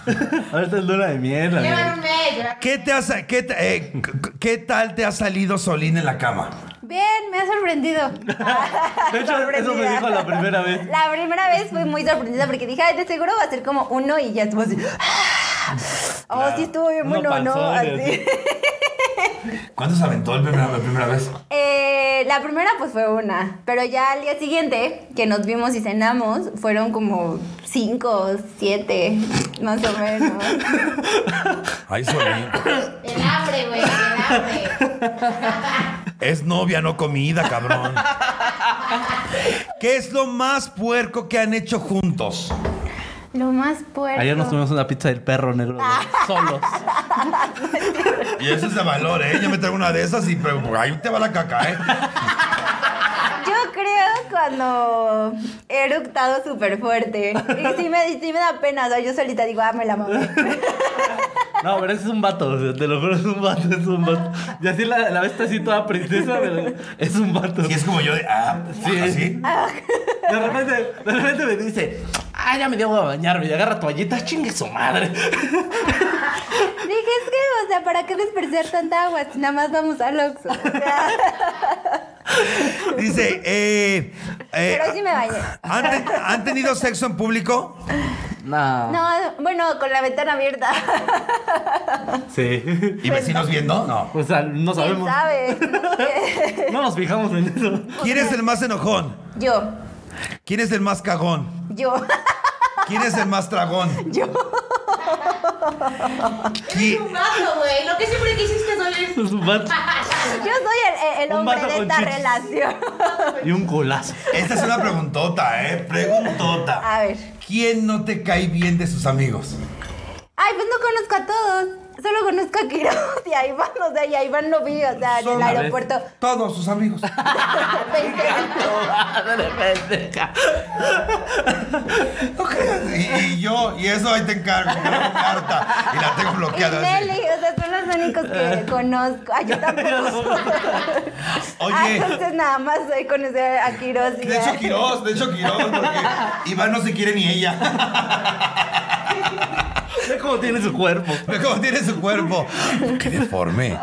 (laughs) Ahorita es luna de miel, amigo.
Llevan un mes. llevan-
¿Qué, te ha sa- qué, ta- eh, c- c- qué tal te ha salido Solín en la cama?
Bien, me ha sorprendido.
(laughs) De
(laughs)
hecho, eso me
Sorprendida.
dijo la primera vez.
(laughs) La primera vez fui muy sorprendida porque dije, ay, de seguro va a ser como uno y ya estuvo así. (gasps) Oh,
Claro.
sí estuvo bien
Uno
bueno, ¿no?
panzón y
Así.
¿Cuándo se aventó el primera- la primera vez?
Eh, la primera pues fue una, pero ya al día siguiente que nos vimos y cenamos fueron como cinco, siete, más o menos.
Ay, Solín.
El hambre, güey. El hambre.
Es novia, no comida, cabrón. ¿Qué es lo más puerco que han hecho juntos?
Lo más puerco.
Ayer nos comimos una pizza del perro negro
Ah.
güey, solos.
Y eso es de valor, ¿eh? Yo me traigo una de esas y pero, por ahí te va la caca, ¿eh?
Yo creo cuando he eructado súper fuerte. Y sí me, sí me da pena, o sea, yo solita digo, ah, me la mamé.
No, pero ese es un vato, o sea, te lo juro, es un vato, es un vato. Y así la, la ves así toda princesa, pero es un vato.
Y es como yo de, ah,
Sí.
así.
De repente, de repente me dice, ah, ya me dio a bañarme, y agarra toallita, chingue su madre.
Dije, es que, o sea, ¿para qué desperdiciar tanta agua si nada más vamos al Oxxo? O sea,
Dice, eh, eh,
Pero sí me bañé.
¿han, te- han tenido sexo en público?
No.
No, bueno, con la ventana abierta.
Sí.
¿Y vecinos viendo? No.
O sea, no
¿Quién
sabemos.
sabe?
(laughs)
No sé.
No nos fijamos en eso.
¿Quién es el más enojón?
Yo,
¿Quién es el más cagón?
yo,
¿Quién es el más tragón?
yo.
¿Qui-
un gato, güey. Lo que siempre quisiste doler.
(laughs) Es un vato
Yo soy el- el, el
Un
hombre
vato
de
con
esta
chichis.
relación. (laughs)
y un golazo.
Esta es una preguntota, ¿eh? Preguntota.
A ver.
¿Quién no te cae bien de sus amigos?
Ay, pues no conozco a todos. Solo conozco a Quiroz y a Iván. O sea, y a Iván lo vi, o sea, en el
Son-
aeropuerto.
Todos sus amigos. (laughs) No creas. Y, y yo, y eso ahí te encargo. Una carta. Y la tengo
Y
bloqueada. así.
Nelly, o sea, son los únicos que
(laughs)
conozco. Ay, yo tampoco. Ah,
Oye.
entonces nada más soy conocer a Quiroz y
De
a-
hecho, Quiroz, de hecho, Quiroz, porque Iván no se quiere ni ella.
Ve cómo tiene su cuerpo.
Ve cómo tiene su cuerpo. Qué deforme.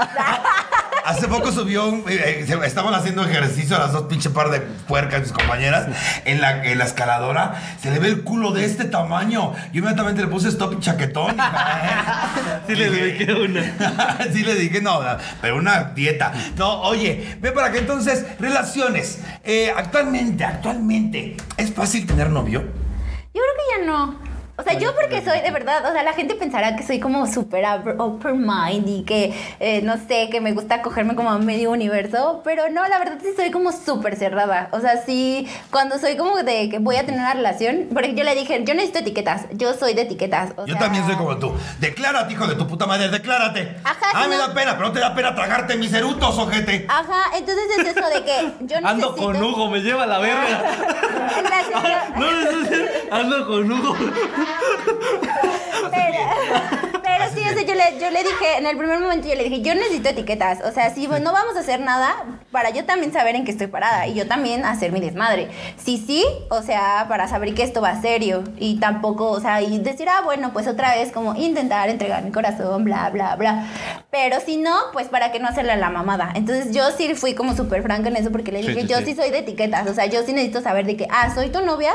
Hace poco subió un. eh, eh, se- estaban haciendo ejercicio a las dos pinche par de puercas, mis compañeras, en la, en la escaladora. Se le ve el culo de este tamaño. Yo inmediatamente le puse stop chaquetón. hija, ¿eh?
Sí le
Dije-
dediqué una.
(laughs) sí le dije, no, no, pero una dieta. No, oye, ve para que entonces, relaciones. Eh, actualmente, actualmente, ¿es fácil tener novio?
Yo creo que ya no. O sea, yo porque soy de verdad, o sea, la gente pensará que soy como súper ab- open mind y que, eh, no sé, que me gusta cogerme como a medio universo, pero no, la verdad sí soy como súper cerrada. O sea, sí, cuando soy como de que voy a tener una relación, porque yo le dije, yo necesito etiquetas, yo soy de etiquetas. o
Yo
sea,
también soy como tú. Declárate, hijo de tu puta madre, declárate.
Ajá,
ah,
si
me
no-
da pena, pero no te da pena tragarte mis erutos, ojete.
Ajá, entonces es eso de que yo necesito...
Ando con
(laughs)
Hugo, me lleva a la verga.
(laughs)
Gracias, yo-
No, no, no, no, ando con Hugo.
Pero, pero sí, o sea, yo le, yo le dije, en el primer momento yo le dije, yo necesito etiquetas. O sea, si no vamos a hacer nada, para yo también saber en qué estoy parada y yo también hacer mi desmadre. Si sí, o sea, para saber que esto va serio y tampoco, o sea, y decir, ah, bueno, pues otra vez como intentar entregar mi corazón, bla, bla, bla. Pero si no, pues para que no hacerle la mamada. Entonces yo sí fui como súper franca en eso porque le
Sí,
dije,
sí,
yo
sí.
sí soy de etiquetas, o sea, yo sí necesito saber de que, ah, soy tu novia,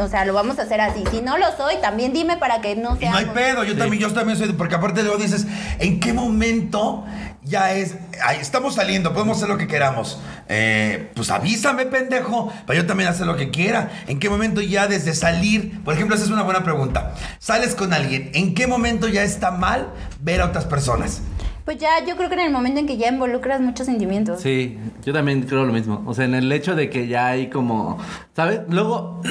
o sea, lo vamos a hacer así. Si no lo soy, también dime para que no
Y
sea.
no hay pedo, yo también, yo también soy, porque aparte luego dices, ¿en qué momento ya es? ay, estamos saliendo, podemos hacer lo que queramos. Eh, pues avísame, pendejo, para yo también hacer lo que quiera. ¿En qué momento ya desde salir? Por ejemplo, esa es una buena pregunta. Sales con alguien, ¿en qué momento ya está mal ver a otras personas?
Pues ya, yo creo que en el momento en que ya involucras muchos sentimientos.
Sí, yo también creo lo mismo. O sea, en el hecho de que ya hay como. ¿Sabes? Luego. (clears throat)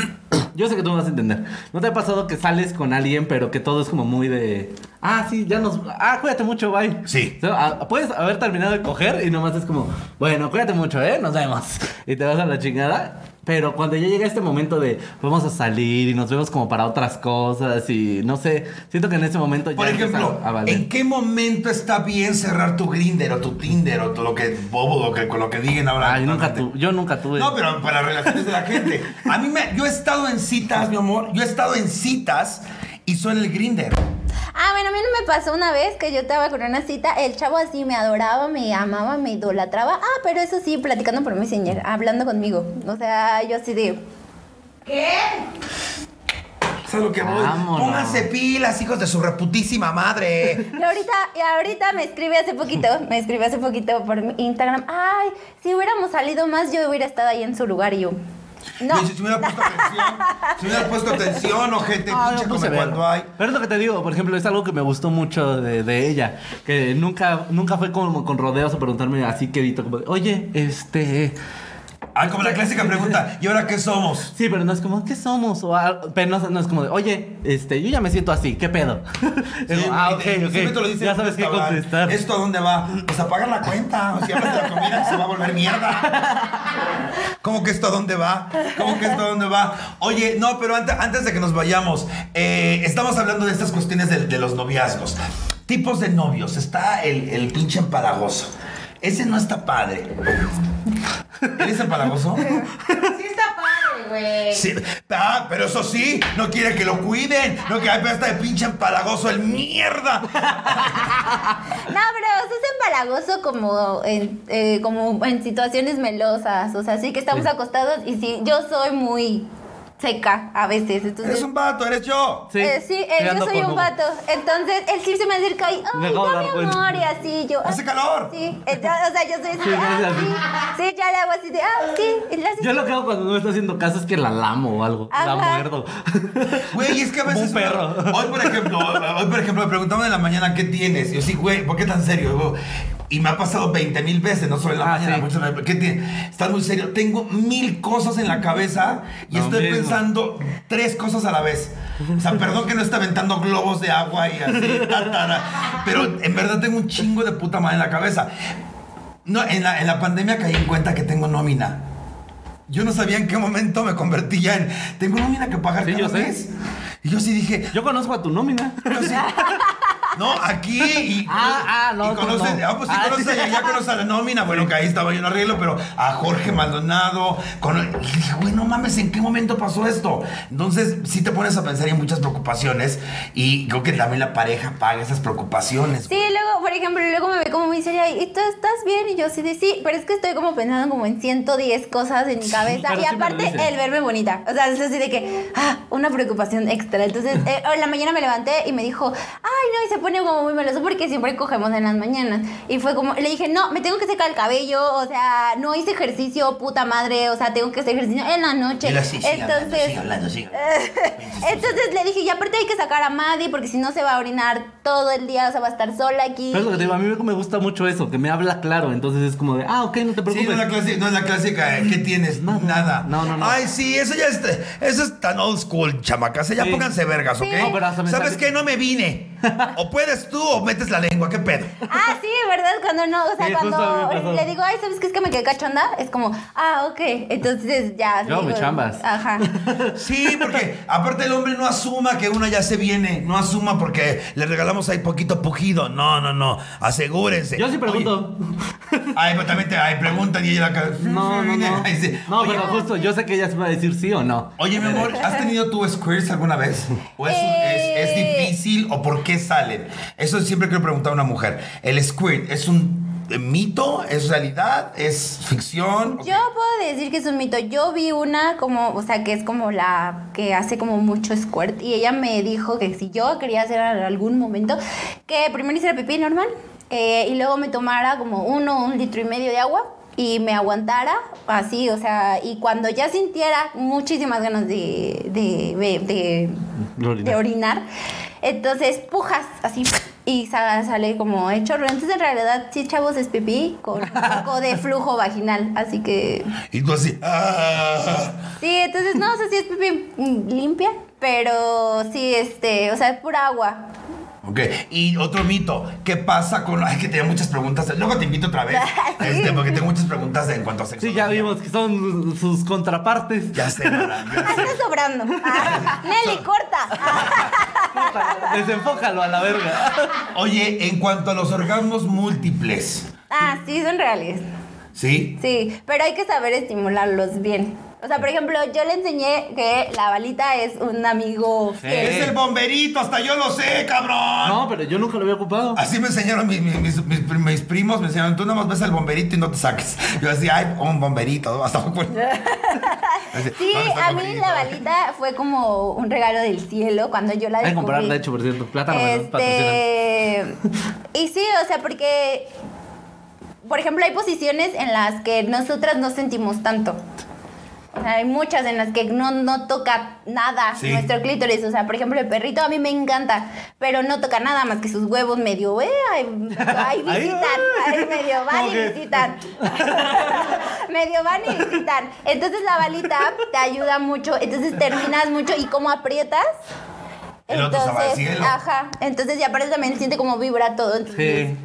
Yo sé que tú me vas a entender. ¿No te ha pasado que sales con alguien, pero que todo es como muy de. Ah, sí, ya nos. Ah, cuídate mucho, bye.
Sí.
O sea, ah, Puedes haber terminado de coger y nomás es como, bueno, cuídate mucho, ¿eh? Nos vemos. Y te vas a la chingada. Pero cuando ya llega este momento de vamos a salir y nos vemos como para otras cosas y no sé, siento que en ese momento ya
Por
empieza
ejemplo,
a valer.
¿en qué momento está bien cerrar tu grinder o tu Tinder o todo lo que bobo lo que, con lo que digan ahora?
Ay, nunca tu- yo nunca tuve.
No, pero para las relaciones de la gente. A mí me yo he estado en citas, mi amor, yo he estado en citas y son el grinder.
Ah, bueno, a mí no me pasó una vez que yo estaba con una cita, el chavo así me adoraba, me amaba, me idolatraba. Ah, pero eso sí, platicando por mi señor, hablando conmigo. O sea, yo así de.
¿Qué?
¿Sabes lo que voy?
Vámonos.
Pónganse pilas, hijos de su reputísima madre.
Y ahorita, y ahorita me escribe
(laughs)
hace poquito, me escribe hace poquito por mi Instagram. Ay, si hubiéramos salido más, yo hubiera estado ahí en su lugar y yo. No.
Yo, Si me hubiera puesto atención, si me hubiera puesto atención, ojete,
Ah,
pinche
no puse
come
verga.
cuando hay.
Pero es lo que te digo, por ejemplo, es algo que me gustó mucho de, de ella. Que nunca, nunca fue como con rodeos a preguntarme así quedito, como de, oye, este.
Ah, como la clásica pregunta, ¿y ahora qué somos?
Sí, pero no es como, ¿qué somos? O, al- pero no, no es como de, oye, este, yo ya me siento así, ¿qué pedo? (laughs) Es como, ah, ok,
Siempre
ok.
te lo dicen
ya
en
sabes
un
qué
restaurante.
contestar.
¿Esto a dónde va? Pues a pagar la cuenta. O si hablas de la comida, se va a volver mierda. ¿Cómo que esto a dónde va? ¿Cómo que esto a dónde va? Oye, no, pero ante- antes, de que nos vayamos, eh, estamos hablando de estas cuestiones de, de los noviazgos. Tipos de novios. Está el, el pinche empalagoso. Ese no está padre. ¿Eres empalagoso?
Sí está padre, güey.
Sí, ah, pero eso sí, no quiere que lo cuiden. No que ay, pero está de pinche empalagoso el mierda.
No, pero eso es empalagoso como en, eh, como en situaciones melosas. O sea, sí que estamos
Sí.
acostados y sí, yo soy muy seca a veces. Entonces,
Eres un vato, eres yo.
Sí, eh, sí eh, yo
pegando
soy
con
un vato. Entonces, él sí se me acerca y,
Me
ay,
acabo de
ya mi
dar cuenta.
amor, y así yo.
Hace
"Ah,
calor.
Sí, Entonces, o sea, yo soy así,
Sí,
ah,
no,
sí, sí, ya le hago así de, ah, sí, y le hace
Yo lo que hago cuando no me está haciendo caso es que la lamo o algo.
Ajá.
La muerdo. (laughs)
Güey, es que a
Como
veces.
un perro.
(laughs) Hoy, por ejemplo, hoy, por ejemplo, me preguntaban en la mañana qué tienes. Y yo sí, güey, ¿por qué tan serio? Y me ha pasado 20 mil veces, no solo en la
Ah,
mañana.
sí.
muchas veces, ¿Qué tienes? Estás muy serio. Tengo mil cosas en la cabeza y
Lo
estoy
mismo.
pensando tres cosas a la vez. O sea, perdón que no esté aventando globos de agua y así, ta, ta, ta. pero en verdad tengo un chingo de puta madre en la cabeza. No, en la, en la pandemia caí en cuenta que tengo nómina. Yo no sabía en qué momento me convertí ya en. Tengo nómina que pagar
Sí,
cada
yo sé.
mes. Y yo sí dije.
Yo conozco a tu nómina.
yo
(laughs)
sí- no, aquí y.
Ah, ah, no,
y
tú
conoces,
no.
Ah, pues sí,
Ah,
conoces,
sí.
ya, ya conoces a la nómina. Bueno, que ahí estaba yo en arreglo, pero a Jorge Maldonado. Con, y dije, güey, no mames, ¿en qué momento pasó esto? Entonces, sí te pones a pensar en muchas preocupaciones. Y creo que también la pareja paga esas preocupaciones.
Sí, luego, por ejemplo, luego me ve como muy seria y tú estás bien y yo sí de sí, pero es que estoy como pensando como en 110 cosas en mi cabeza
pero
y
sí me lo
aparte
dice.
el verme bonita, o sea, es así de que, ah, una preocupación extra. Entonces, eh, en la mañana me levanté y me dijo, ay, no, y se pone como muy meloso porque siempre cogemos en las mañanas. Y fue como, le dije, no, me tengo que secar el cabello, o sea, no hice ejercicio, puta madre, o sea, tengo que hacer ejercicio en la noche.
Y la- sí, sí, hablando,
Entonces,
sigue hablando, sigue hablando.
(laughs) entonces le dije, y aparte hay que sacar a Maddie porque si no se va a orinar todo el día, o sea, va a estar sola aquí.
Pero es lo que te digo, a mí me- me gusta mucho eso, que me habla claro. Entonces es como de, ah, ok, no te
Sí, no es la
preocupes.
clásica, no es la clásica, eh, ¿qué tienes?
Nada.
Nada.
No, no, no.
Ay, sí, eso ya es, eso es tan old school, chamacas. Ya
Sí.
pónganse vergas, ¿ok?
Sí. No,
pero hasta me
¿Sabes
sale-
qué? No me vine. O puedes tú o metes la lengua, ¿qué pedo?
Ah, sí, ¿verdad? Cuando no, o sea,
Sí, justo a mí me
cuando
pasó.
le digo, ay, ¿sabes qué es que me quedé cachonda? Es como, ah, ok, entonces ya.
Yo,
digo,
me chambas.
Ajá.
Sí, porque aparte el hombre no asuma que una ya se viene, no asuma porque le regalamos ahí poquito pujido. No, no, no, asegúrense.
Yo sí pregunto.
Este, Oye, ay, pero también te ay, preguntan y ella la cara,
No, no,
(laughs)
no.
Ay, sí.
No,
oye,
pero justo, yo sé que ella se va a decir sí o no.
oye, mi amor, ¿has tenido tú squirts alguna vez? ¿O es, un- es- es
Eh.
difícil o por qué salen? Eso siempre quiero preguntar a una mujer. ¿El squirt es un eh, mito? ¿Es realidad? ¿Es ficción?
Yo puedo decir que es un mito. Yo vi una como, o sea, que es como la que hace como mucho squirt y ella me dijo que si yo quería hacer en algún momento, que primero hiciera pipí normal eh, y luego me tomara como uno, un litro y medio de agua y me aguantara así, o sea, y cuando ya sintiera muchísimas ganas de, de, de- de-
De orinar.
de orinar, entonces pujas así. Y sa- sale como hecho. Entonces, en realidad, sí, chavos, es pipí con un poco de flujo vaginal. Así que
Y tú así. ah.
Sí, entonces no, o sea, sí es pipí mm, limpia, pero sí, este, o sea, es pura agua.
Ok, y otro mito, ¿qué pasa con...? Ay, que tenía muchas preguntas, luego te invito
(laughs)
otra vez,
Ah, Sí.
este, porque tengo muchas preguntas en cuanto a sexo.
Sí, ya vimos que son sus contrapartes.
Ya sé, Nora, ya
Ah,
sé.
está sobrando. Ah, Nelly, corta. Ah,
(laughs) Desenfócalo a la verga.
Oye, en cuanto a los orgasmos múltiples,
ah, sí, son reales.
¿sí?
Sí, pero hay que saber estimularlos bien. O sea, por ejemplo, yo le enseñé que la balita es un amigo. fiel.
Sí.
Es el bomberito, hasta yo lo sé, cabrón.
No, pero yo nunca lo había ocupado.
Así me enseñaron mi- mi- mis, mis prim- mis primos, me enseñaron, tú nada más ves al bomberito y no te saques. Yo decía, ay, un bomberito, hasta me
(laughs)
acuerdo. Así,
Sí,
¿dónde está
a
el
mí
bomberito?
la balita fue como un regalo del cielo cuando yo la
Hay que
descubrí.
comprarla, de hecho, por cierto. Plátano, ¿no? Patrocínanos.
Este. Y sí, o sea, porque. Por ejemplo, hay posiciones en las que nosotras no sentimos tanto. O sea, hay muchas en las que no, no toca nada
Sí.
nuestro clítoris. O sea, por ejemplo, el perrito a mí me encanta, pero no toca nada más que sus huevos medio, eh, ahí, ahí
(laughs) Ahí,
visitan,
ay.
ahí medio van
Como
y
que-
visitan. (laughs) medio van y visitan. Entonces la balita te ayuda mucho, entonces terminas mucho y como aprietas,
El otro se va al cielo.
ajá, entonces y aparte también siente como vibra todo, entonces
Sí,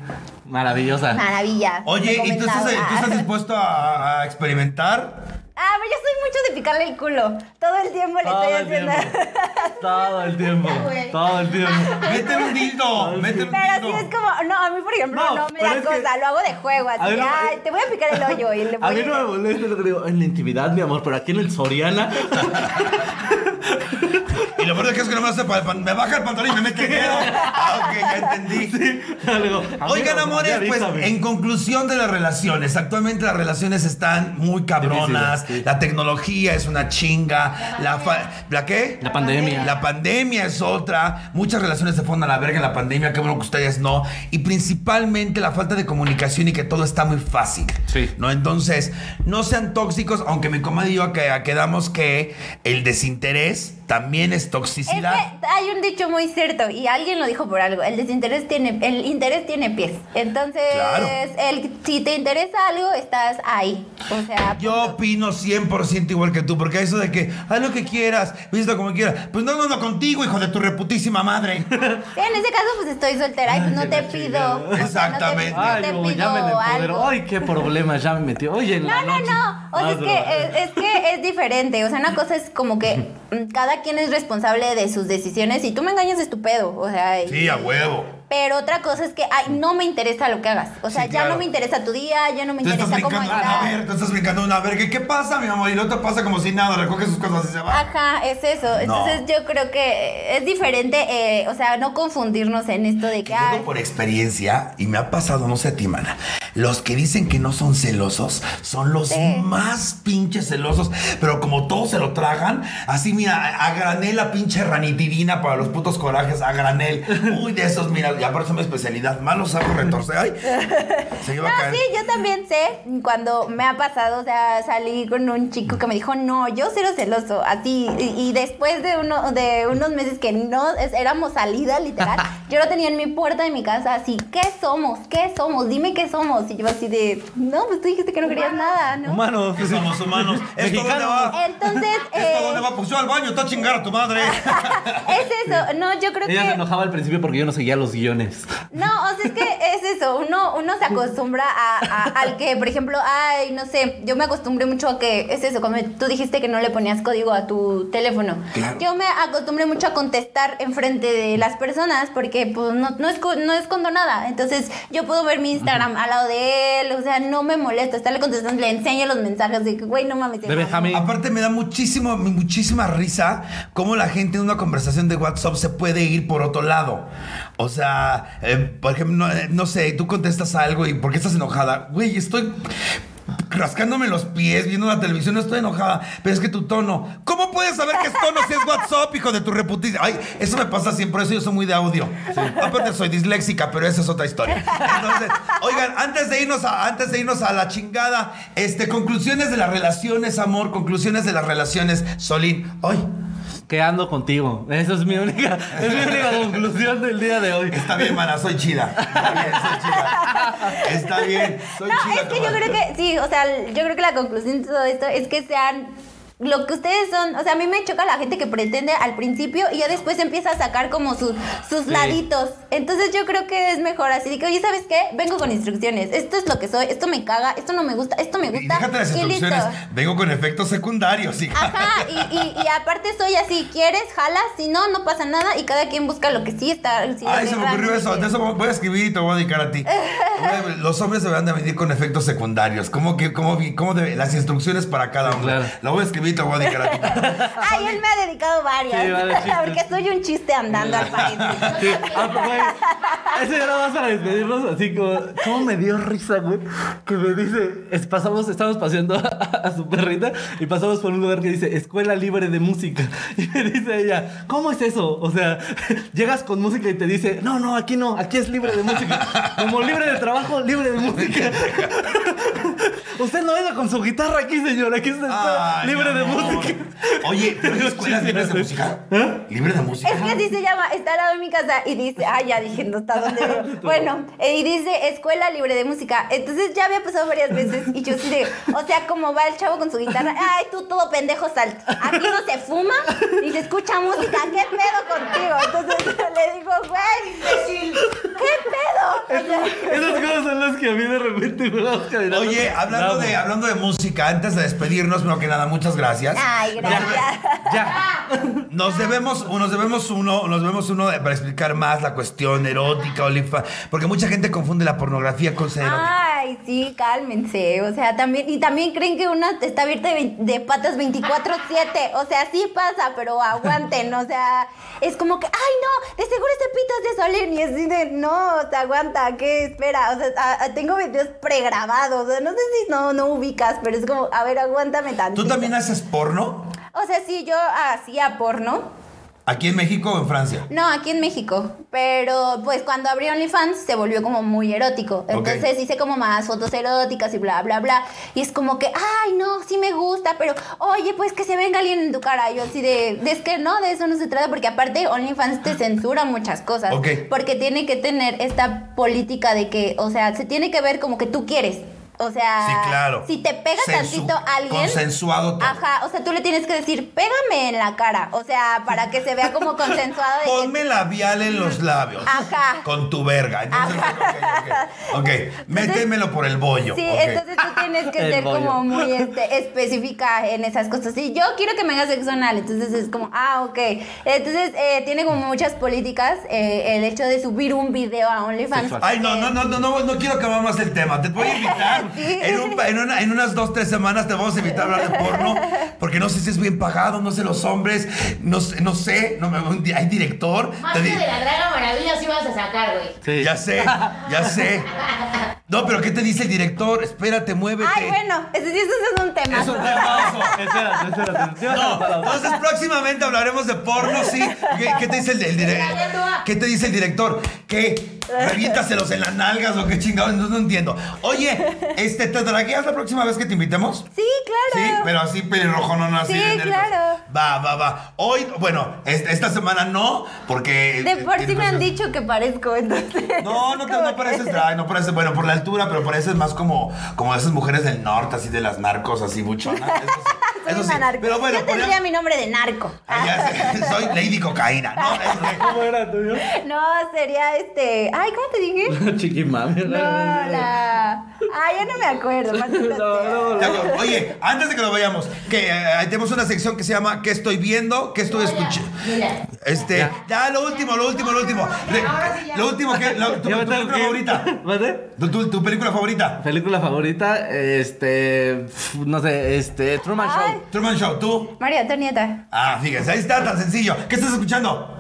maravillosa.
maravilla.
Oye, ¿y tú estás,
recomendado.
tú estás
Ah.
dispuesto a- a experimentar?
Ah, pero yo soy mucho de crucificarle el culo. Todo el tiempo le
Todo
estoy
el
haciendo.
tiempo. Todo el tiempo.
güey.
Todo el tiempo.
Métele un dildo, métele un
(laughs) (laughs) Pero
dildo.
sí es como, no, a mí por ejemplo
No,
no, me
pero
da
es que-
cosa, lo hago de juego,
A
así,
mí no-
ay, te voy a picar el hoyo y (laughs) le
A
voy
mí no me molesta lo que digo en la intimidad, mi amor, pero aquí en el
(laughs)
Soriana. (laughs)
Y lo peor es que es que no me hace pa- pa- me baja el pantalón y me mete el dedo. Ah, ok, ya entendí.
Algo.
Oigan, amores, pues en conclusión de las relaciones, actualmente las relaciones están muy cabronas,
Difíciles, sí.
la tecnología es una chinga, la, fa- ¿la qué?
La pandemia.
La pandemia es otra, muchas relaciones se fueron a la verga en la pandemia, qué bueno que ustedes no, y principalmente la falta de comunicación y que todo está muy fácil.
Sí.
¿No? Entonces, no sean tóxicos, aunque mi comadre y yo que, quedamos que el desinterés también es
Es que
toxicidad.
hay un dicho muy cierto y alguien lo dijo por algo. El desinterés tiene, el interés tiene pies. Entonces,
Claro.
el, si te interesa algo, estás ahí. O sea,
Yo opino 100% igual que tú, porque eso de que haz lo que quieras, visita como quieras. Pues no, no, no, contigo, hijo de tu reputísima madre.
sí, en ese caso, pues estoy soltera y pues no te pido. o sea, no te-
Exactamente.
no
Ay,
te
como
pido
ya me la empoderó.
algo.
Ay, qué problema, ya me metió. Oye, en la
No, no,
noche.
no. O sea,
Ah,
es
broma.
que, es, es que es diferente. O sea, una cosa es como que mm, cada quien es responsable de sus decisiones y tú me engañas es tu pedo. O sea,
(laughs)
y-
Sí, a huevo.
Pero otra cosa es que ay, no me interesa lo que hagas. O sea,
Sí,
ya
claro.
no me interesa tu día, ya no me
Te estás
interesa cómo
brincando una
estás.
verga, te estás brincando una verga. ¿Y ¿Qué pasa, mi amor? Y el otro pasa como si nada, recoge sus cosas y se va.
Ajá, es eso. Entonces yo creo que es diferente, eh, o sea, no confundirnos en esto de que...
Yo
ay,
digo por experiencia, y me ha pasado, no sé a ti, mana, los que dicen que no son celosos son los
Sí.
más pinches celosos, pero como todos se lo tragan, así mira, a, a granel la pinche ranitidina para los putos corajes, a
(laughs)
granel, uy, de esos, mira, ya por eso es mi especialidad, malos saco retorcer, ay, se iba a
(laughs) No,
caer.
sí, yo también sé cuando me ha pasado, o sea, salí con un chico que me dijo, no, yo cero celoso, así, y, y después de, uno, de unos meses que no, es- éramos
(laughs)
salida, literal, yo lo tenía en mi puerta de mi casa, así, ¿qué somos? ¿Qué somos? Dime qué somos. Y yo así de, no, pues tú dijiste que no querías nada, ¿no?
Humanos.
Que Somos humanos. ¿Esto
(laughs)
dónde
Mexicanos.
va?
Entonces,
(laughs) ¿Esto
eh,
dónde va? Pues yo al baño, está a chingar a tu madre.
(laughs) es eso, no, yo creo
Ella se
que...
enojaba al principio porque yo no seguía los guiones.
No, o sea, es que es eso, uno, uno se acostumbra a, a- al que, por ejemplo, ay, no sé, yo me acostumbré mucho a que, es eso, como tú dijiste que no le ponías código a tu teléfono.
Claro.
Yo me acostumbré mucho a contestar enfrente de las personas porque pues no, no, esco- no escondo nada, entonces yo puedo ver mi Instagram al lado de él, o sea, no me molesta estarle contestando, le enseño los mensajes de que, güey, no mames.
De Benjamín.
Aparte me da muchísimo, muchísima risa cómo la gente en una conversación de WhatsApp se puede ir por otro lado. O sea, eh, por ejemplo, no, eh, no sé, tú contestas algo y ¿por qué estás enojada? Güey, estoy rascándome los pies, viendo la televisión, no estoy enojada, pero es que tu tono, ¿cómo puedes saber que es tono si es WhatsApp, hijo de tu reputación? Ay, eso me pasa siempre, eso yo soy muy de audio. Aparte soy disléxica, pero esa es otra historia. Entonces, oigan, antes de irnos a, antes de irnos a la chingada, este, conclusiones de las relaciones, amor, conclusiones de las relaciones, Solín. Ay,
Que ando contigo. Esa es mi única, es mi única conclusión del día de hoy.
está bien, mana, soy chida. Está bien, soy chida. Está bien, soy
No,
chida.
es que yo
comadre.
creo que, sí, o sea, yo creo que la conclusión de todo esto es que sean lo que ustedes son. O sea, a mí me choca la gente que pretende al principio y ya después empieza a sacar como sus, sus
Sí.
laditos. Entonces yo creo que es mejor así de que, oye, ¿sabes qué? Vengo con instrucciones. Esto es lo que soy, esto me caga, esto no me gusta, esto me
Y
gusta.
déjate las
y listo.
instrucciones. Vengo con efectos secundarios, hija.
Ajá, y, y- y aparte soy así, quieres, jalas, si no, no pasa nada y cada quien busca lo que sí está. sí lo
Ay,
que
se me ocurrió
realmente
eso.
quiere.
De eso voy a escribir y te voy a dedicar a ti. Güey, Los hombres se van a venir con efectos secundarios. ¿Cómo que, cómo, vi- cómo debe- las instrucciones para cada hombre?
Claro.
La voy a escribir y te voy a dedicar
(laughs)
a ti.
Ay, él me ha dedicado varias.
Sí, varios chistes.
(laughs) porque soy un chiste
(laughs)
andando al parecer.
Sí. Ah, güey. Eso ya nada más para despedirnos, así como. ¿Cómo me dio risa, güey? Que me dice. es- pasamos, estamos paseando (laughs) a, a su perrita y pasamos por un lugar que dice Escuela Libre de Música. (laughs) Y me dice ella, ¿cómo es eso? O sea, (laughs) llegas con música y te dice, no, no, aquí no, aquí es libre de música. Como libre de trabajo, libre de música. (laughs) Usted no venga con su guitarra aquí, señor, aquí está
Ay,
libre de
amor.
música.
Oye, ¿pero hay escuelas libres de música?
¿Eh?
¿Libre de música?
Es que así se llama, está al lado de mi casa y dice, ah, ya dije, no está donde vivo. Bueno, eh, y dice Escuela Libre de Música. Entonces ya había pasado varias veces y yo sí de, o sea, como va el chavo con su guitarra, ay, tú todo pendejo salte. Aquí no se fuma ni se escucha (laughs) música, ¿qué pedo contigo? Entonces le digo, güey,
Imbécil.
¿qué pedo?
Esas cosas son las que a mí de repente me vas caminando.
Oye,
La
hablando de,
amo.
hablando de música, antes de despedirnos, primero que nada, muchas gracias.
Ay, gracias.
Ya.
Nos debemos, nos debemos uno, nos debemos uno de- para explicar más la cuestión erótica, Olifa, porque mucha gente confunde la pornografía con ser
Ah,
erótica.
Ay, sí, cálmense. O sea, también, y también creen que una está abierta de, vein- de patas 24-7. O sea, sí pasa, pero aguanten. O sea, es como que, ay, no, de seguro este pito es de Soler. Y es así de, no, o sea, aguanta, ¿qué espera? O sea, a- a- tengo videos pregrabados. O sea, no sé si no, no ubicas, pero es como, a ver, aguántame tanto.
¿Tú también haces porno?
O sea, sí, yo hacía porno.
¿Aquí en México o en Francia?
No, aquí en México. Pero pues cuando abrió OnlyFans se volvió como muy erótico. Entonces hice como más fotos eróticas y bla, bla, bla. Y es como que, ay, no, sí me gusta, pero oye, pues que se venga alguien en tu cara. Y Yo así de, es que no, de eso no se trata, porque aparte OnlyFans te censura muchas cosas.
Ok.
Porque tiene que tener esta política de que, o sea, se tiene que ver como que tú quieres. O sea,
Sí, claro.
Ah, si te pega
Sensu-
tantito a alguien.
consensuado todo.
Ajá, o sea, tú le tienes que decir, pégame en la cara. O sea, para que se
(laughs)
vea como consensuado de que
Ponme labial en los labios.
Ajá.
Con tu verga. Entonces, ok, ok, ok. Ok, métemelo por el bollo.
Sí,
ok.
entonces tú tienes
(laughs)
que
El
ser
bollo.
como muy este, específica en esas cosas. Y yo quiero que me hagas sexo anal, entonces es como, ah, ok. Entonces eh, tiene como muchas políticas eh, el hecho de subir un video a OnlyFans.
Sexual.
Ay, no, no, no, no, no, no quiero acabar más el tema. Te voy a invitar.
eh, (laughs) Sí.
En, un- en una- en unas dos, tres semanas te vamos a invitar a hablar de porno. Porque no sé si es bien pagado, no sé los hombres, no, sé- no sé, no, me- un di- hay director.
Más
te
que
di-
de la Draga Maravilla sí vas a sacar, güey.
Sí.
ya sé, ya sé. No, pero ¿qué te dice el director? Espérate, muévete.
Ay, bueno, eso sí, eso es un tema.
Es un temazo.
Espérate, espérate. Sí, para-
No,
para-
entonces próximamente hablaremos de porno, sí. ¿Qué, qué te dice el, el dire- ¿Qué te dice el director? ¿Qué? ¿Reviéntaselos en las nalgas o qué chingados? No, no entiendo. Oye, este, ¿te dragueas la próxima vez que te invitemos?
Sí,
Sí,
claro.
pero así pelirrojo, no, no así.
Sí,
de nervios.
claro.
Va, va, va. Hoy, bueno, es- esta semana no, porque.
de por
eh,
sí me han
entonces-
dicho que parezco, entonces.
No, no, te,
(laughs)
no pareces drag, no pareces, bueno, por la altura, pero pareces más como, como esas mujeres del norte, así de las narcos, así
(laughs)
buchonas. Eso sí,
Soy
eso sí.
una narco.
Pero bueno,
yo
ponemos-
tendría mi nombre de narco.
Ay, ya
(laughs)
sé, soy Lady Cocaína. No, es-
¿Cómo era tuyo?
No, sería este. Ay, ¿cómo te
(laughs)
dije?
Chiquimami.
(laughs) No, la. Ay, ya (laughs) no me acuerdo.
No,
maldita sea.
no, no.
de acuerdo. Oye, antes de que lo vayamos, que eh, tenemos una sección que se llama ¿Qué estoy viendo? ¿Qué
Oh,
estoy escuchando?
Mira.
Este, ya. lo último, lo último, lo último. Le-
Ahora sí ya.
lo último
(laughs)
que lo- tu,
Ya me
tu
tengo
película
que ir.
favorita.
¿Mande?
Tu, tu- tu película favorita.
(laughs) Película favorita, este, pf, no sé, este, Truman
Ay.
Show.
Truman Show, tú.
María Antonieta.
Ah, fíjense, ahí está tan sencillo. ¿Qué estás escuchando?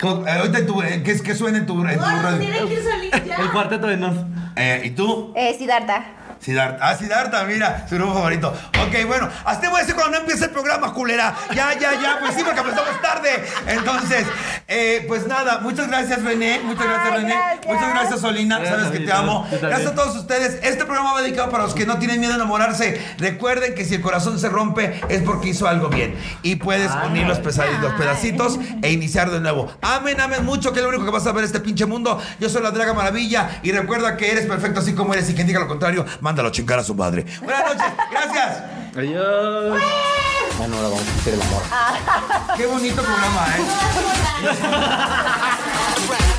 Co- eh, ahorita en tu, eh, ¿qué, es- qué suena en tu, en tu
Ahora
radio?
tiene que salir ya.
El cuarteto de Nos.
Eh, ¿Y tú?
Eh, Sidarta.
Siddhartha. Ah, Siddhartha, mira, su grupo favorito. Ok, bueno, hasta voy a decir cuando no empiece el programa, culera. Ya, ya, ya, pues sí, porque empezamos tarde. Entonces, eh, pues nada, muchas gracias, René. Muchas gracias,
Ay,
René.
gracias.
Muchas gracias, Solina.
Gracias,
Sabes que te
amiguitos.
amo.
Yo también.
Gracias a todos ustedes. Este programa va dedicado para los que no tienen miedo a enamorarse. Recuerden que si el corazón se rompe es porque hizo algo bien. Y puedes
Ay.
unir los, pesaditos, los pedacitos e iniciar de nuevo. Amen, amen mucho, que es lo único que vas a ver este pinche mundo. Yo soy la Draga Maravilla y recuerda que eres perfecto así como eres y quien diga lo contrario, mándalo a chingar a su madre. Buenas noches, gracias.
Adiós. Bueno, ahora vamos a hacer el amor.
Qué bonito programa, ¿eh?